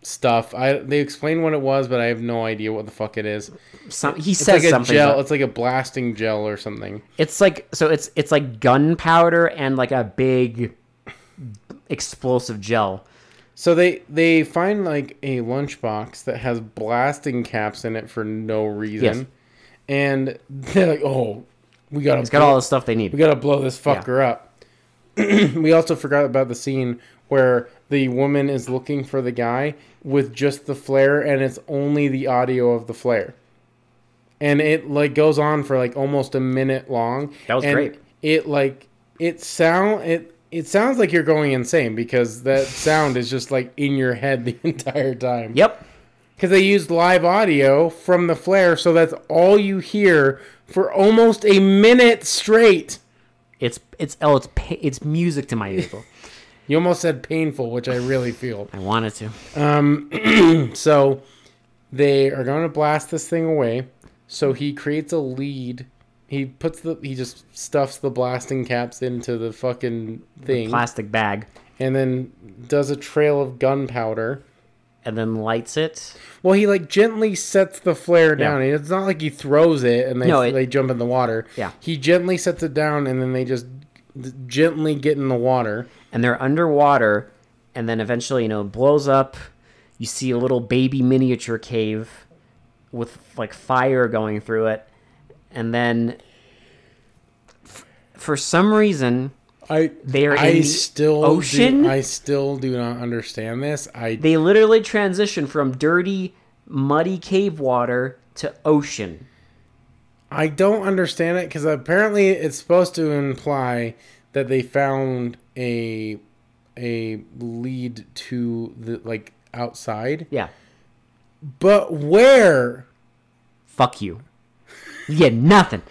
Speaker 1: stuff. I They explained what it was, but I have no idea what the fuck it is.
Speaker 2: Some, he
Speaker 1: It's
Speaker 2: says
Speaker 1: like a
Speaker 2: something
Speaker 1: gel.
Speaker 2: but-
Speaker 1: It's like a blasting gel or something.
Speaker 2: It's like so it's it's like gunpowder and like a big explosive gel.
Speaker 1: So they they find like a lunchbox that has blasting caps in it for no reason.
Speaker 2: Yes.
Speaker 1: And they're like, oh, we gotta.
Speaker 2: It's got all the stuff they
Speaker 1: we
Speaker 2: need.
Speaker 1: gotta blow this fucker up. we also forgot about the scene where the woman is looking for the guy with just the flare, and it's only the audio of the flare, and it like goes on for like almost a minute long.
Speaker 2: That was
Speaker 1: and
Speaker 2: great.
Speaker 1: It like it sound it. It sounds like you're going insane because that sound is just like in your head the entire time.
Speaker 2: Yep.
Speaker 1: Because they used live audio from the flare, so that's all you hear for almost a minute straight.
Speaker 2: It's it's oh it's pa- it's music to my ears. though.
Speaker 1: You almost said painful, which I really feel.
Speaker 2: I wanted to.
Speaker 1: So they are going to blast this thing away. So he creates a lead. He puts the he just stuffs the blasting caps into the fucking thing
Speaker 2: Plastic bag
Speaker 1: and then does a trail of gunpowder.
Speaker 2: and then lights it.
Speaker 1: Well, he like gently sets the flare down. It's not like he throws it and they
Speaker 2: No, it-
Speaker 1: they jump in the water.
Speaker 2: Yeah.
Speaker 1: He gently sets it down and then they just d- gently get in the water.
Speaker 2: and they're underwater and then eventually you know it blows up you see a little baby miniature cave with like fire going through it and then f- for some reason
Speaker 1: I
Speaker 2: They are
Speaker 1: I
Speaker 2: in the
Speaker 1: still do-
Speaker 2: ocean?
Speaker 1: I still do not understand this. I
Speaker 2: they literally transition from dirty muddy cave water to ocean
Speaker 1: I don't understand it because apparently it's supposed to imply that they found a a lead to the like outside,
Speaker 2: yeah
Speaker 1: but where?
Speaker 2: fuck you you get nothing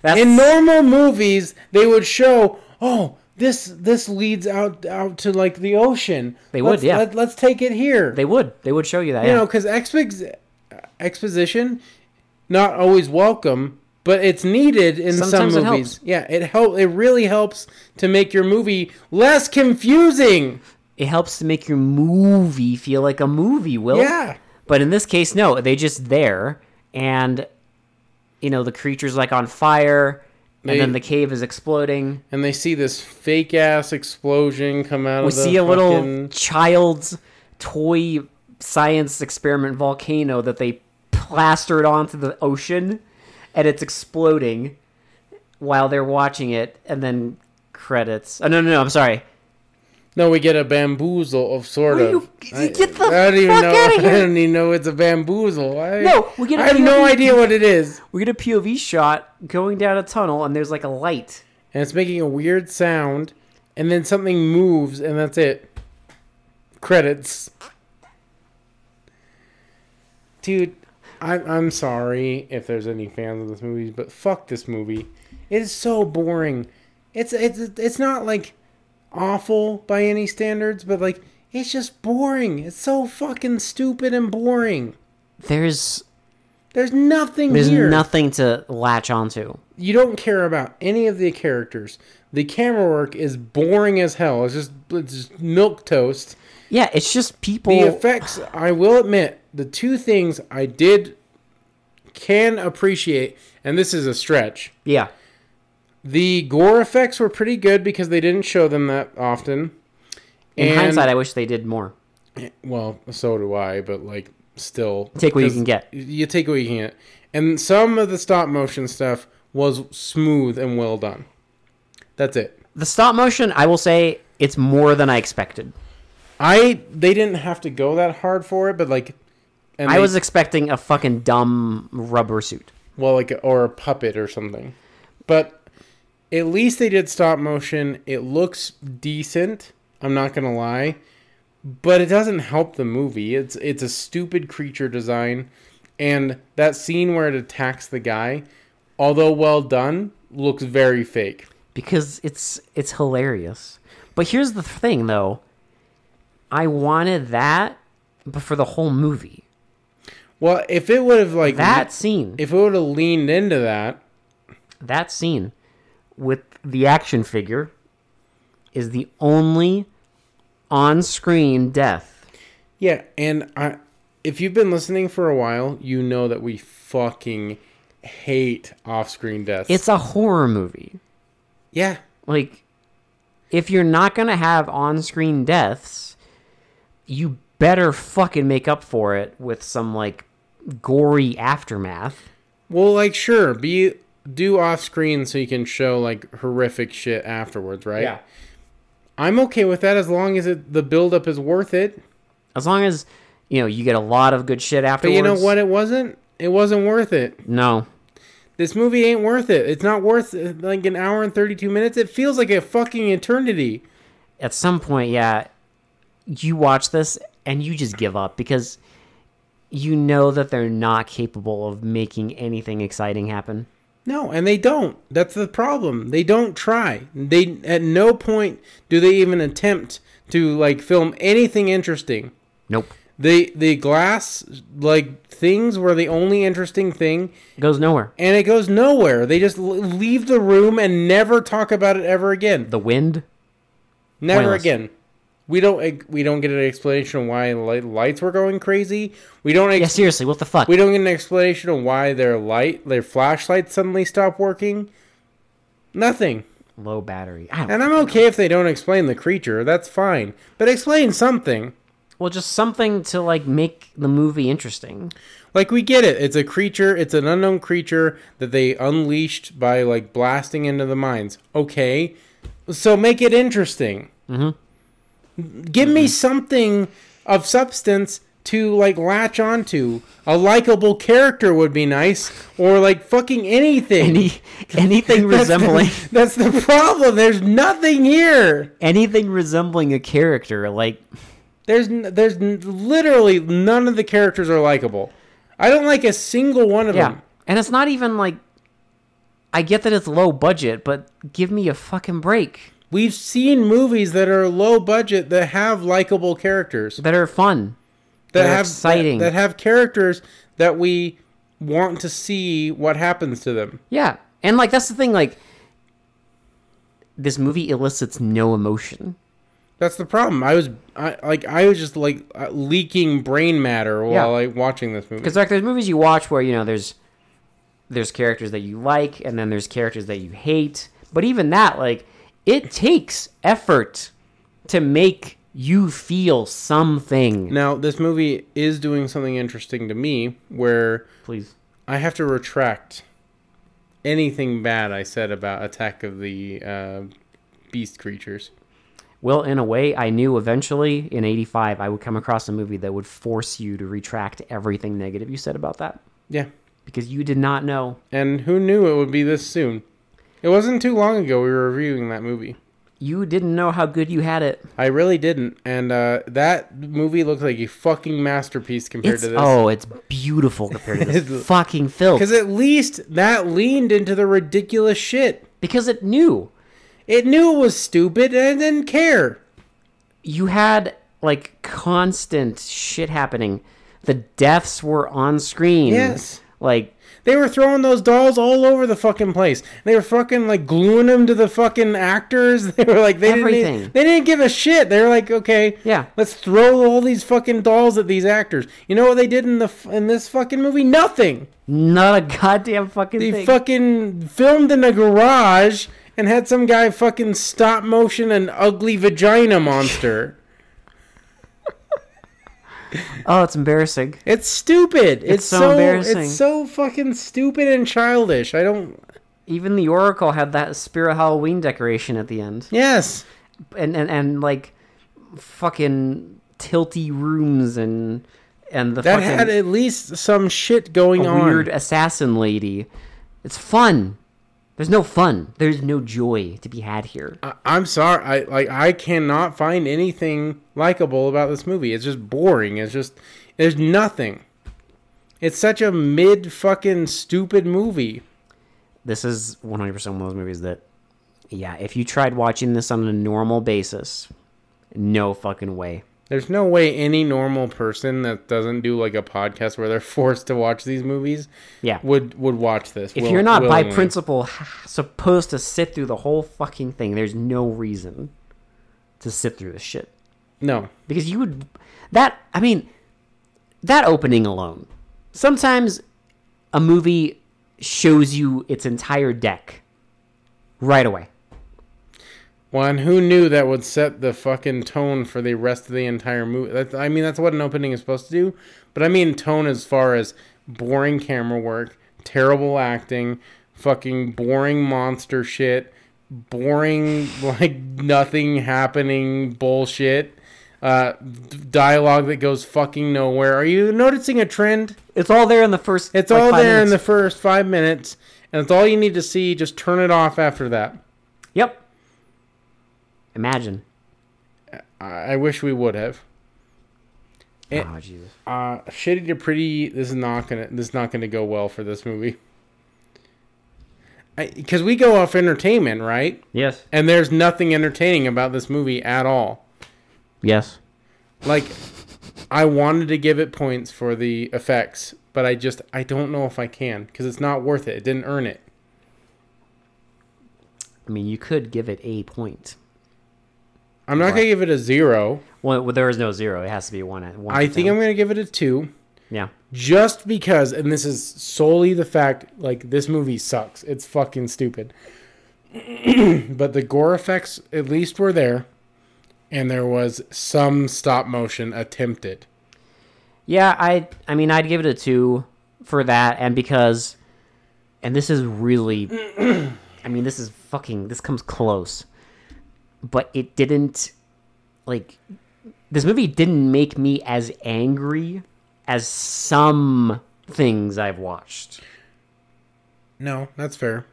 Speaker 2: that's
Speaker 1: In normal movies, they would show, oh, this this leads out out to like the ocean.
Speaker 2: They would,
Speaker 1: Let's-
Speaker 2: yeah.
Speaker 1: Let, us take it here.
Speaker 2: they would they would show you that
Speaker 1: you
Speaker 2: yeah.
Speaker 1: know, because expo- exposition not always welcome, but it's needed in
Speaker 2: Sometimes it
Speaker 1: some movies. yeah, it help. It really helps to make your movie less confusing.
Speaker 2: it helps to make your movie feel like a movie will
Speaker 1: Yeah,
Speaker 2: But in this case, no, they just there, and you know the creature's like on fire,
Speaker 1: They-
Speaker 2: and then the cave is exploding.
Speaker 1: and they see this fake ass explosion come out
Speaker 2: We
Speaker 1: of the
Speaker 2: see a little
Speaker 1: fucking-
Speaker 2: child's toy science experiment volcano that they plastered onto the ocean, and it's exploding while they're watching it, and then credits. Oh no, no, no! I'm sorry.
Speaker 1: No, we get a bamboozle of sort
Speaker 2: Will
Speaker 1: of.
Speaker 2: you- you get the
Speaker 1: even
Speaker 2: fuck
Speaker 1: know.
Speaker 2: outta here.
Speaker 1: I don't even know it's a bamboozle. I,
Speaker 2: No, we get a
Speaker 1: I have no
Speaker 2: POV.
Speaker 1: idea what it is,
Speaker 2: We get a POV shot going down a tunnel, and there's like a light.
Speaker 1: and it's making a weird sound, and then something moves, and that's it. Credits. Dude, I'm I'm sorry if there's any fans of this movie, but fuck this movie. It is so boring. It's it's it's not like awful by any standards, but like it's just boring. It's so fucking stupid and boring.
Speaker 2: there's
Speaker 1: There's nothing
Speaker 2: there's
Speaker 1: here.
Speaker 2: nothing to latch onto.
Speaker 1: you don't care about any of the characters. The camera work is boring as hell. It's just it's just milk toast.
Speaker 2: Yeah, it's just people.
Speaker 1: The effects, I will admit, the two things I did can appreciate, and this is a stretch.
Speaker 2: yeah,
Speaker 1: The gore effects were pretty good because they didn't show them that often.
Speaker 2: in
Speaker 1: And-
Speaker 2: hindsight, I wish they did more.
Speaker 1: Well, so do I, but like still
Speaker 2: Take what you
Speaker 1: 'cause
Speaker 2: can get.
Speaker 1: You take what you can get. And some of the stop motion stuff was smooth and well done. That's it.
Speaker 2: The stop motion, I will say, it's more than I expected.
Speaker 1: I they didn't have to go that hard for it, but like and
Speaker 2: I
Speaker 1: they-
Speaker 2: was expecting a fucking dumb rubber suit.
Speaker 1: well like or a puppet or something. But at least they did stop motion. It looks decent, I'm not going to lie, but it doesn't help the movie. It's it's a stupid creature design and that scene where it attacks the guy, although well done, looks very fake.
Speaker 2: because it's it's hilarious. But here's the thing though. I wanted that but for the whole movie.
Speaker 1: Well, if it would have like
Speaker 2: That scene,
Speaker 1: if it would have leaned into that,
Speaker 2: that scene with the action figure is the only on-screen death.
Speaker 1: Yeah, and I if you've been listening for a while, you know that we fucking hate off-screen deaths.
Speaker 2: It's a horror movie.
Speaker 1: yeah.
Speaker 2: Like if you're not going to have on-screen deaths, you better fucking make up for it with some like gory aftermath.
Speaker 1: Well, like sure, be do off-screen so you can show like horrific shit afterwards, right? I'm okay with that as long as it, the buildup is worth it.
Speaker 2: As long as you know you get a lot of good shit
Speaker 1: But
Speaker 2: afterwards.
Speaker 1: you know what? It wasn't. It wasn't worth it.
Speaker 2: No,
Speaker 1: This movie ain't worth it. It's not worth uh, like an hour and 32 minutes. It feels like a fucking eternity.
Speaker 2: at some point, yeah, you watch this and you just give up because you know that they're not capable of making anything exciting happen.
Speaker 1: No, and they don't. That's the problem. They don't try. They at no point do they even attempt to like film anything interesting.
Speaker 2: Nope,
Speaker 1: They the glass like things were the only interesting thing
Speaker 2: goes nowhere.
Speaker 1: and it goes nowhere. They just l- leave the room and never talk about it ever again.
Speaker 2: The wind,
Speaker 1: Never
Speaker 2: pointless.
Speaker 1: again. We don't we don't get an explanation of why li- lights were going crazy. We don't ex-
Speaker 2: yeah, seriously, what the fuck?
Speaker 1: we don't get an explanation of why their light their flashlights suddenly stop working. Nothing.
Speaker 2: Low battery. I don't,
Speaker 1: And I'm okay if they don't explain the creature, that's fine. But explain something.
Speaker 2: well, just something to like make the movie interesting.
Speaker 1: Like we get it. It's a creature, it's an unknown creature that they unleashed by like blasting into the mines. Okay. So make it interesting. Mm-hmm. Give me something of substance to like latch onto. A likable character would be nice, or like fucking anything.
Speaker 2: Any anything
Speaker 1: That's the-
Speaker 2: resembling
Speaker 1: that's the problem. There's nothing here.
Speaker 2: anything resembling a character, like
Speaker 1: There's n- there's n- literally none of the characters are likable. I don't like a single one of
Speaker 2: Yeah.
Speaker 1: them.
Speaker 2: And it's not even like I get that it's low budget, but give me a fucking break.
Speaker 1: We've seen movies that are low budget that have likable characters that,
Speaker 2: That are fun. they're
Speaker 1: have
Speaker 2: exciting.
Speaker 1: That, that have characters that we want to see what happens to them.
Speaker 2: Yeah. And like that's the thing, like this movie elicits no emotion.
Speaker 1: That's the problem. I was I, like I was just like uh, leaking brain matter while
Speaker 2: Yeah.
Speaker 1: like watching this movie.
Speaker 2: Because like there's movies you watch where, you know, there's there's characters that you like and then there's characters that you hate. But even that, like, it takes effort to make you feel something.
Speaker 1: Now this movie is doing something interesting to me where
Speaker 2: Please.
Speaker 1: I have to retract anything bad I said about Attack of the uh, Beast creatures.
Speaker 2: Well, in a way, I knew eventually in 85 I would come across a movie that would force you to retract everything negative you said about that
Speaker 1: Yeah,
Speaker 2: because you did not know.
Speaker 1: and who knew it would be this soon? It wasn't too long ago we were reviewing that movie.
Speaker 2: You didn't know how good you had it.
Speaker 1: I really didn't, and uh, that movie looks like a fucking masterpiece compared
Speaker 2: It's,
Speaker 1: to this.
Speaker 2: oh, it's beautiful compared to
Speaker 1: It's-
Speaker 2: this fucking film
Speaker 1: Because at least that leaned into the ridiculous shit.
Speaker 2: because it knew
Speaker 1: It knew it was stupid and didn't care.
Speaker 2: you had like constant shit happening. the deaths were on screen.
Speaker 1: Yes.
Speaker 2: Like
Speaker 1: They were throwing those dolls all over the fucking place. They were fucking like gluing them to the fucking actors. They were like they didn't
Speaker 2: Everything.
Speaker 1: even- they didn't give a shit. They were like, okay,
Speaker 2: Yeah.
Speaker 1: let's throw all these fucking dolls at these actors. You know what they did in the f- in this fucking movie? Nothing.
Speaker 2: not a goddamn fucking
Speaker 1: They
Speaker 2: thing.
Speaker 1: fucking filmed in a garage and had some guy fucking stop motion an ugly vagina monster.
Speaker 2: oh, it's embarrassing.
Speaker 1: It's stupid. It's,
Speaker 2: so
Speaker 1: so,
Speaker 2: embarrassing.
Speaker 1: It's so fucking stupid and childish. I don't.
Speaker 2: Even the Oracle had that spirit Halloween decoration at the end.
Speaker 1: Yes.
Speaker 2: and and, and like fucking tilty rooms and and the
Speaker 1: That
Speaker 2: fucking
Speaker 1: had at least some shit going on.
Speaker 2: weird assassin lady. It's fun. There's no fun. There's no joy to be had here.
Speaker 1: I- I'm sorry. I like I cannot find anything likable about this movie. It's just boring. It's just there's nothing. It's such a mid fucking stupid movie.
Speaker 2: This is 100% one of those movies that, yeah, if you tried watching this on a normal basis, no fucking way.
Speaker 1: There's no way any normal person that doesn't do like a podcast where they're forced to watch these movies
Speaker 2: Yeah.
Speaker 1: would would watch this.
Speaker 2: If you're not by principle supposed to sit through the whole fucking thing, there's no reason to sit through this shit.
Speaker 1: no.
Speaker 2: because you would that i mean that opening alone sometimes a movie shows you its entire deck right away
Speaker 1: One who knew that would set the fucking tone for the rest of the entire movie. That's, I mean, that's what an opening is supposed to do. But I mean, tone as far as boring camera work, terrible acting, fucking boring monster shit, boring like nothing happening bullshit, uh, d- dialogue that goes fucking nowhere. Are you noticing a trend?
Speaker 2: it's all there in the first
Speaker 1: It's all there in the first five minutes, and it's all you need to see. Just turn it off after that.
Speaker 2: the yep imagine
Speaker 1: I, I wish we would have. It-
Speaker 2: oh jesus
Speaker 1: Uh, shitty to pretty. This is not gonna. This is not gonna go well for this movie. Because we go off entertainment, right?
Speaker 2: yes
Speaker 1: And there's nothing entertaining about this movie at all.
Speaker 2: yes
Speaker 1: Like, I wanted to give it points for the effects, but I just I don't know if I can because it's not worth it. It didn't earn it.
Speaker 2: i mean you could give it a point
Speaker 1: I'm not gonna give it a zero.
Speaker 2: well, well, there is no zero it has to be one at one
Speaker 1: I
Speaker 2: to
Speaker 1: think
Speaker 2: ten.
Speaker 1: I'm gonna give it a two.
Speaker 2: yeah
Speaker 1: just because and this is solely the fact like this movie sucks it's fucking stupid but the gore effects at least were there and there was some stop motion attempted
Speaker 2: Yeah, I I mean I'd give it a two for that and because and this is really I mean this is fucking this comes close. But it didn't like this movie didn't make me as angry as some things I've watched.
Speaker 1: no that's fair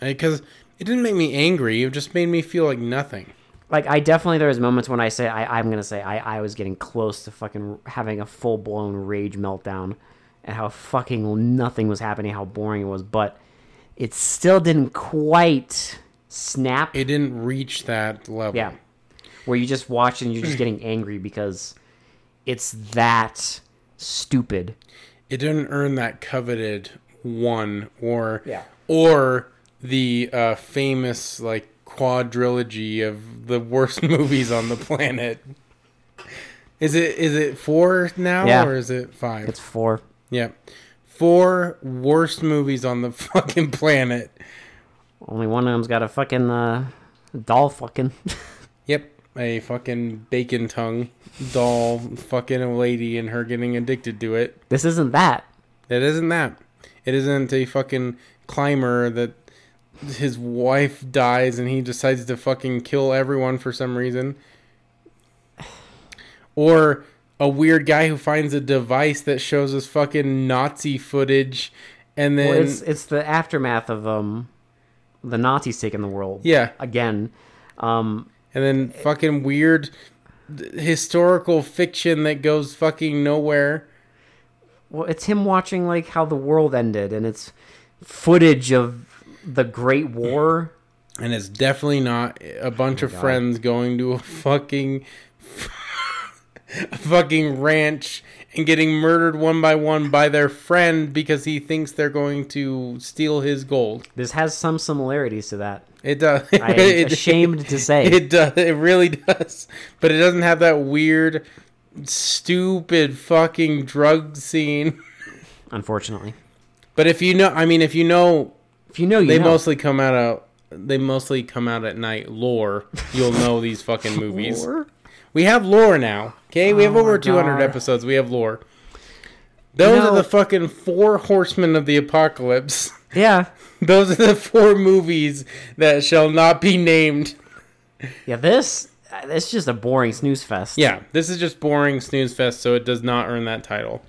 Speaker 1: because it didn't make me angry it just made me feel like nothing
Speaker 2: Like I definitely there was moments when I say I, I'm gonna say I, I was getting close to fucking having a full blown rage meltdown and how fucking nothing was happening, how boring it was, but it still didn't quite snap.
Speaker 1: it didn't reach that level
Speaker 2: yeah. Where you just watch and you're
Speaker 1: Hmm.
Speaker 2: just getting angry because it's that stupid.
Speaker 1: it didn't earn that coveted one or
Speaker 2: Yeah.
Speaker 1: or the uh, famous like quadrilogy of the worst movies on the planet. Is it is it four now
Speaker 2: Yeah.
Speaker 1: or is it five?
Speaker 2: It's four.
Speaker 1: yeah, four worst movies on the fucking planet.
Speaker 2: Only one of them's got a fucking uh, doll fucking
Speaker 1: Yep, a fucking bacon tongue doll, fucking a lady, and her getting addicted to it.
Speaker 2: This isn't that.
Speaker 1: It isn't that. It isn't a fucking climber that his wife dies and he decides to fucking kill everyone for some reason. Or a weird guy who finds a device that shows us fucking Nazi footage and then
Speaker 2: Well, it's it's the aftermath of um the Nazis taking the world.
Speaker 1: yeah,
Speaker 2: again. Um,
Speaker 1: and then fucking weird th- historical fiction that goes fucking nowhere.
Speaker 2: well, it's him watching like how the world ended, and it's footage of the Great War.
Speaker 1: And it's
Speaker 2: Oh
Speaker 1: definitely not a bunch of friends going to a fucking a fucking ranch and getting murdered one by one by their friend because he thinks they're going to steal his gold.
Speaker 2: This has some similarities to that.
Speaker 1: It does.
Speaker 2: I am
Speaker 1: it,
Speaker 2: ashamed to say.
Speaker 1: It does. It really does. But it doesn't have that weird, stupid fucking drug scene.
Speaker 2: unfortunately.
Speaker 1: But if you know, I mean, if you know,
Speaker 2: If you know, you
Speaker 1: they
Speaker 2: know.
Speaker 1: mostly come out of they mostly come out at night. Lore, you'll know these fucking movies.
Speaker 2: Or-
Speaker 1: We have lore now. Okay, we have
Speaker 2: Oh
Speaker 1: over
Speaker 2: my
Speaker 1: 200
Speaker 2: God.
Speaker 1: episodes. We have lore. Those
Speaker 2: know-
Speaker 1: are the fucking four horsemen of the apocalypse.
Speaker 2: Yeah,
Speaker 1: Those are the four movies that shall not be named.
Speaker 2: yeah. This uh, this is just a boring snooze fest.
Speaker 1: Yeah, this is just boring snooze fest, so it does not earn that title.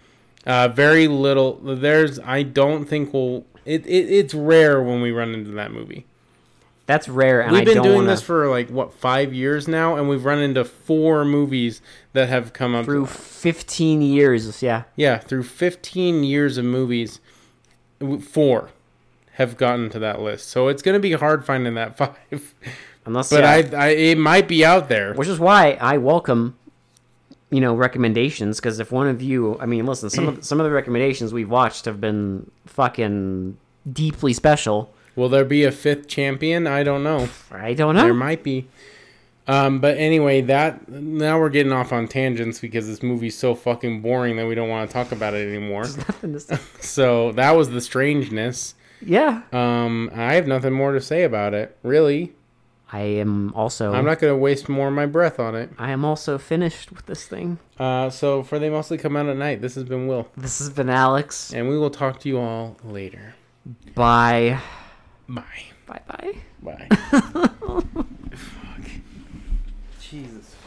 Speaker 1: Uh, very little. There's. I don't think we'll. It, it it's rare when we run into that movie.
Speaker 2: that's rare. And
Speaker 1: We've
Speaker 2: I
Speaker 1: been
Speaker 2: don't
Speaker 1: doing
Speaker 2: wanna,
Speaker 1: this for like what five years now, and we've run into four movies that have come up
Speaker 2: through 15 years. Yeah,
Speaker 1: Yeah, through 15 years of movies, w- four have gotten to that list. So it's going to be hard finding that five.
Speaker 2: unless
Speaker 1: But
Speaker 2: yeah,
Speaker 1: I, I, it might be out there.
Speaker 2: which is why I welcome you know recommendations because if one of you, I mean, listen, some of the- some of the recommendations we've watched have been fucking deeply special.
Speaker 1: Will there be a fifth champion? I don't know.
Speaker 2: I don't know.
Speaker 1: There might be. Um, but anyway, that now we're getting off on tangents because this movie's so fucking boring that we don't want to talk about it anymore.
Speaker 2: Nothing to say.
Speaker 1: so that was the strangeness.
Speaker 2: yeah,
Speaker 1: Um, I have nothing more to say about it, really.
Speaker 2: I am also.
Speaker 1: I'm not going to waste more of my breath on it.
Speaker 2: I am also finished with this thing.
Speaker 1: Uh, so for they mostly come out at night. This has been Will,
Speaker 2: This has been Alex.
Speaker 1: and we will talk to you all later.
Speaker 2: Bye.
Speaker 1: Bye.
Speaker 2: Bye bye.
Speaker 1: Bye. Fuck. Jesus.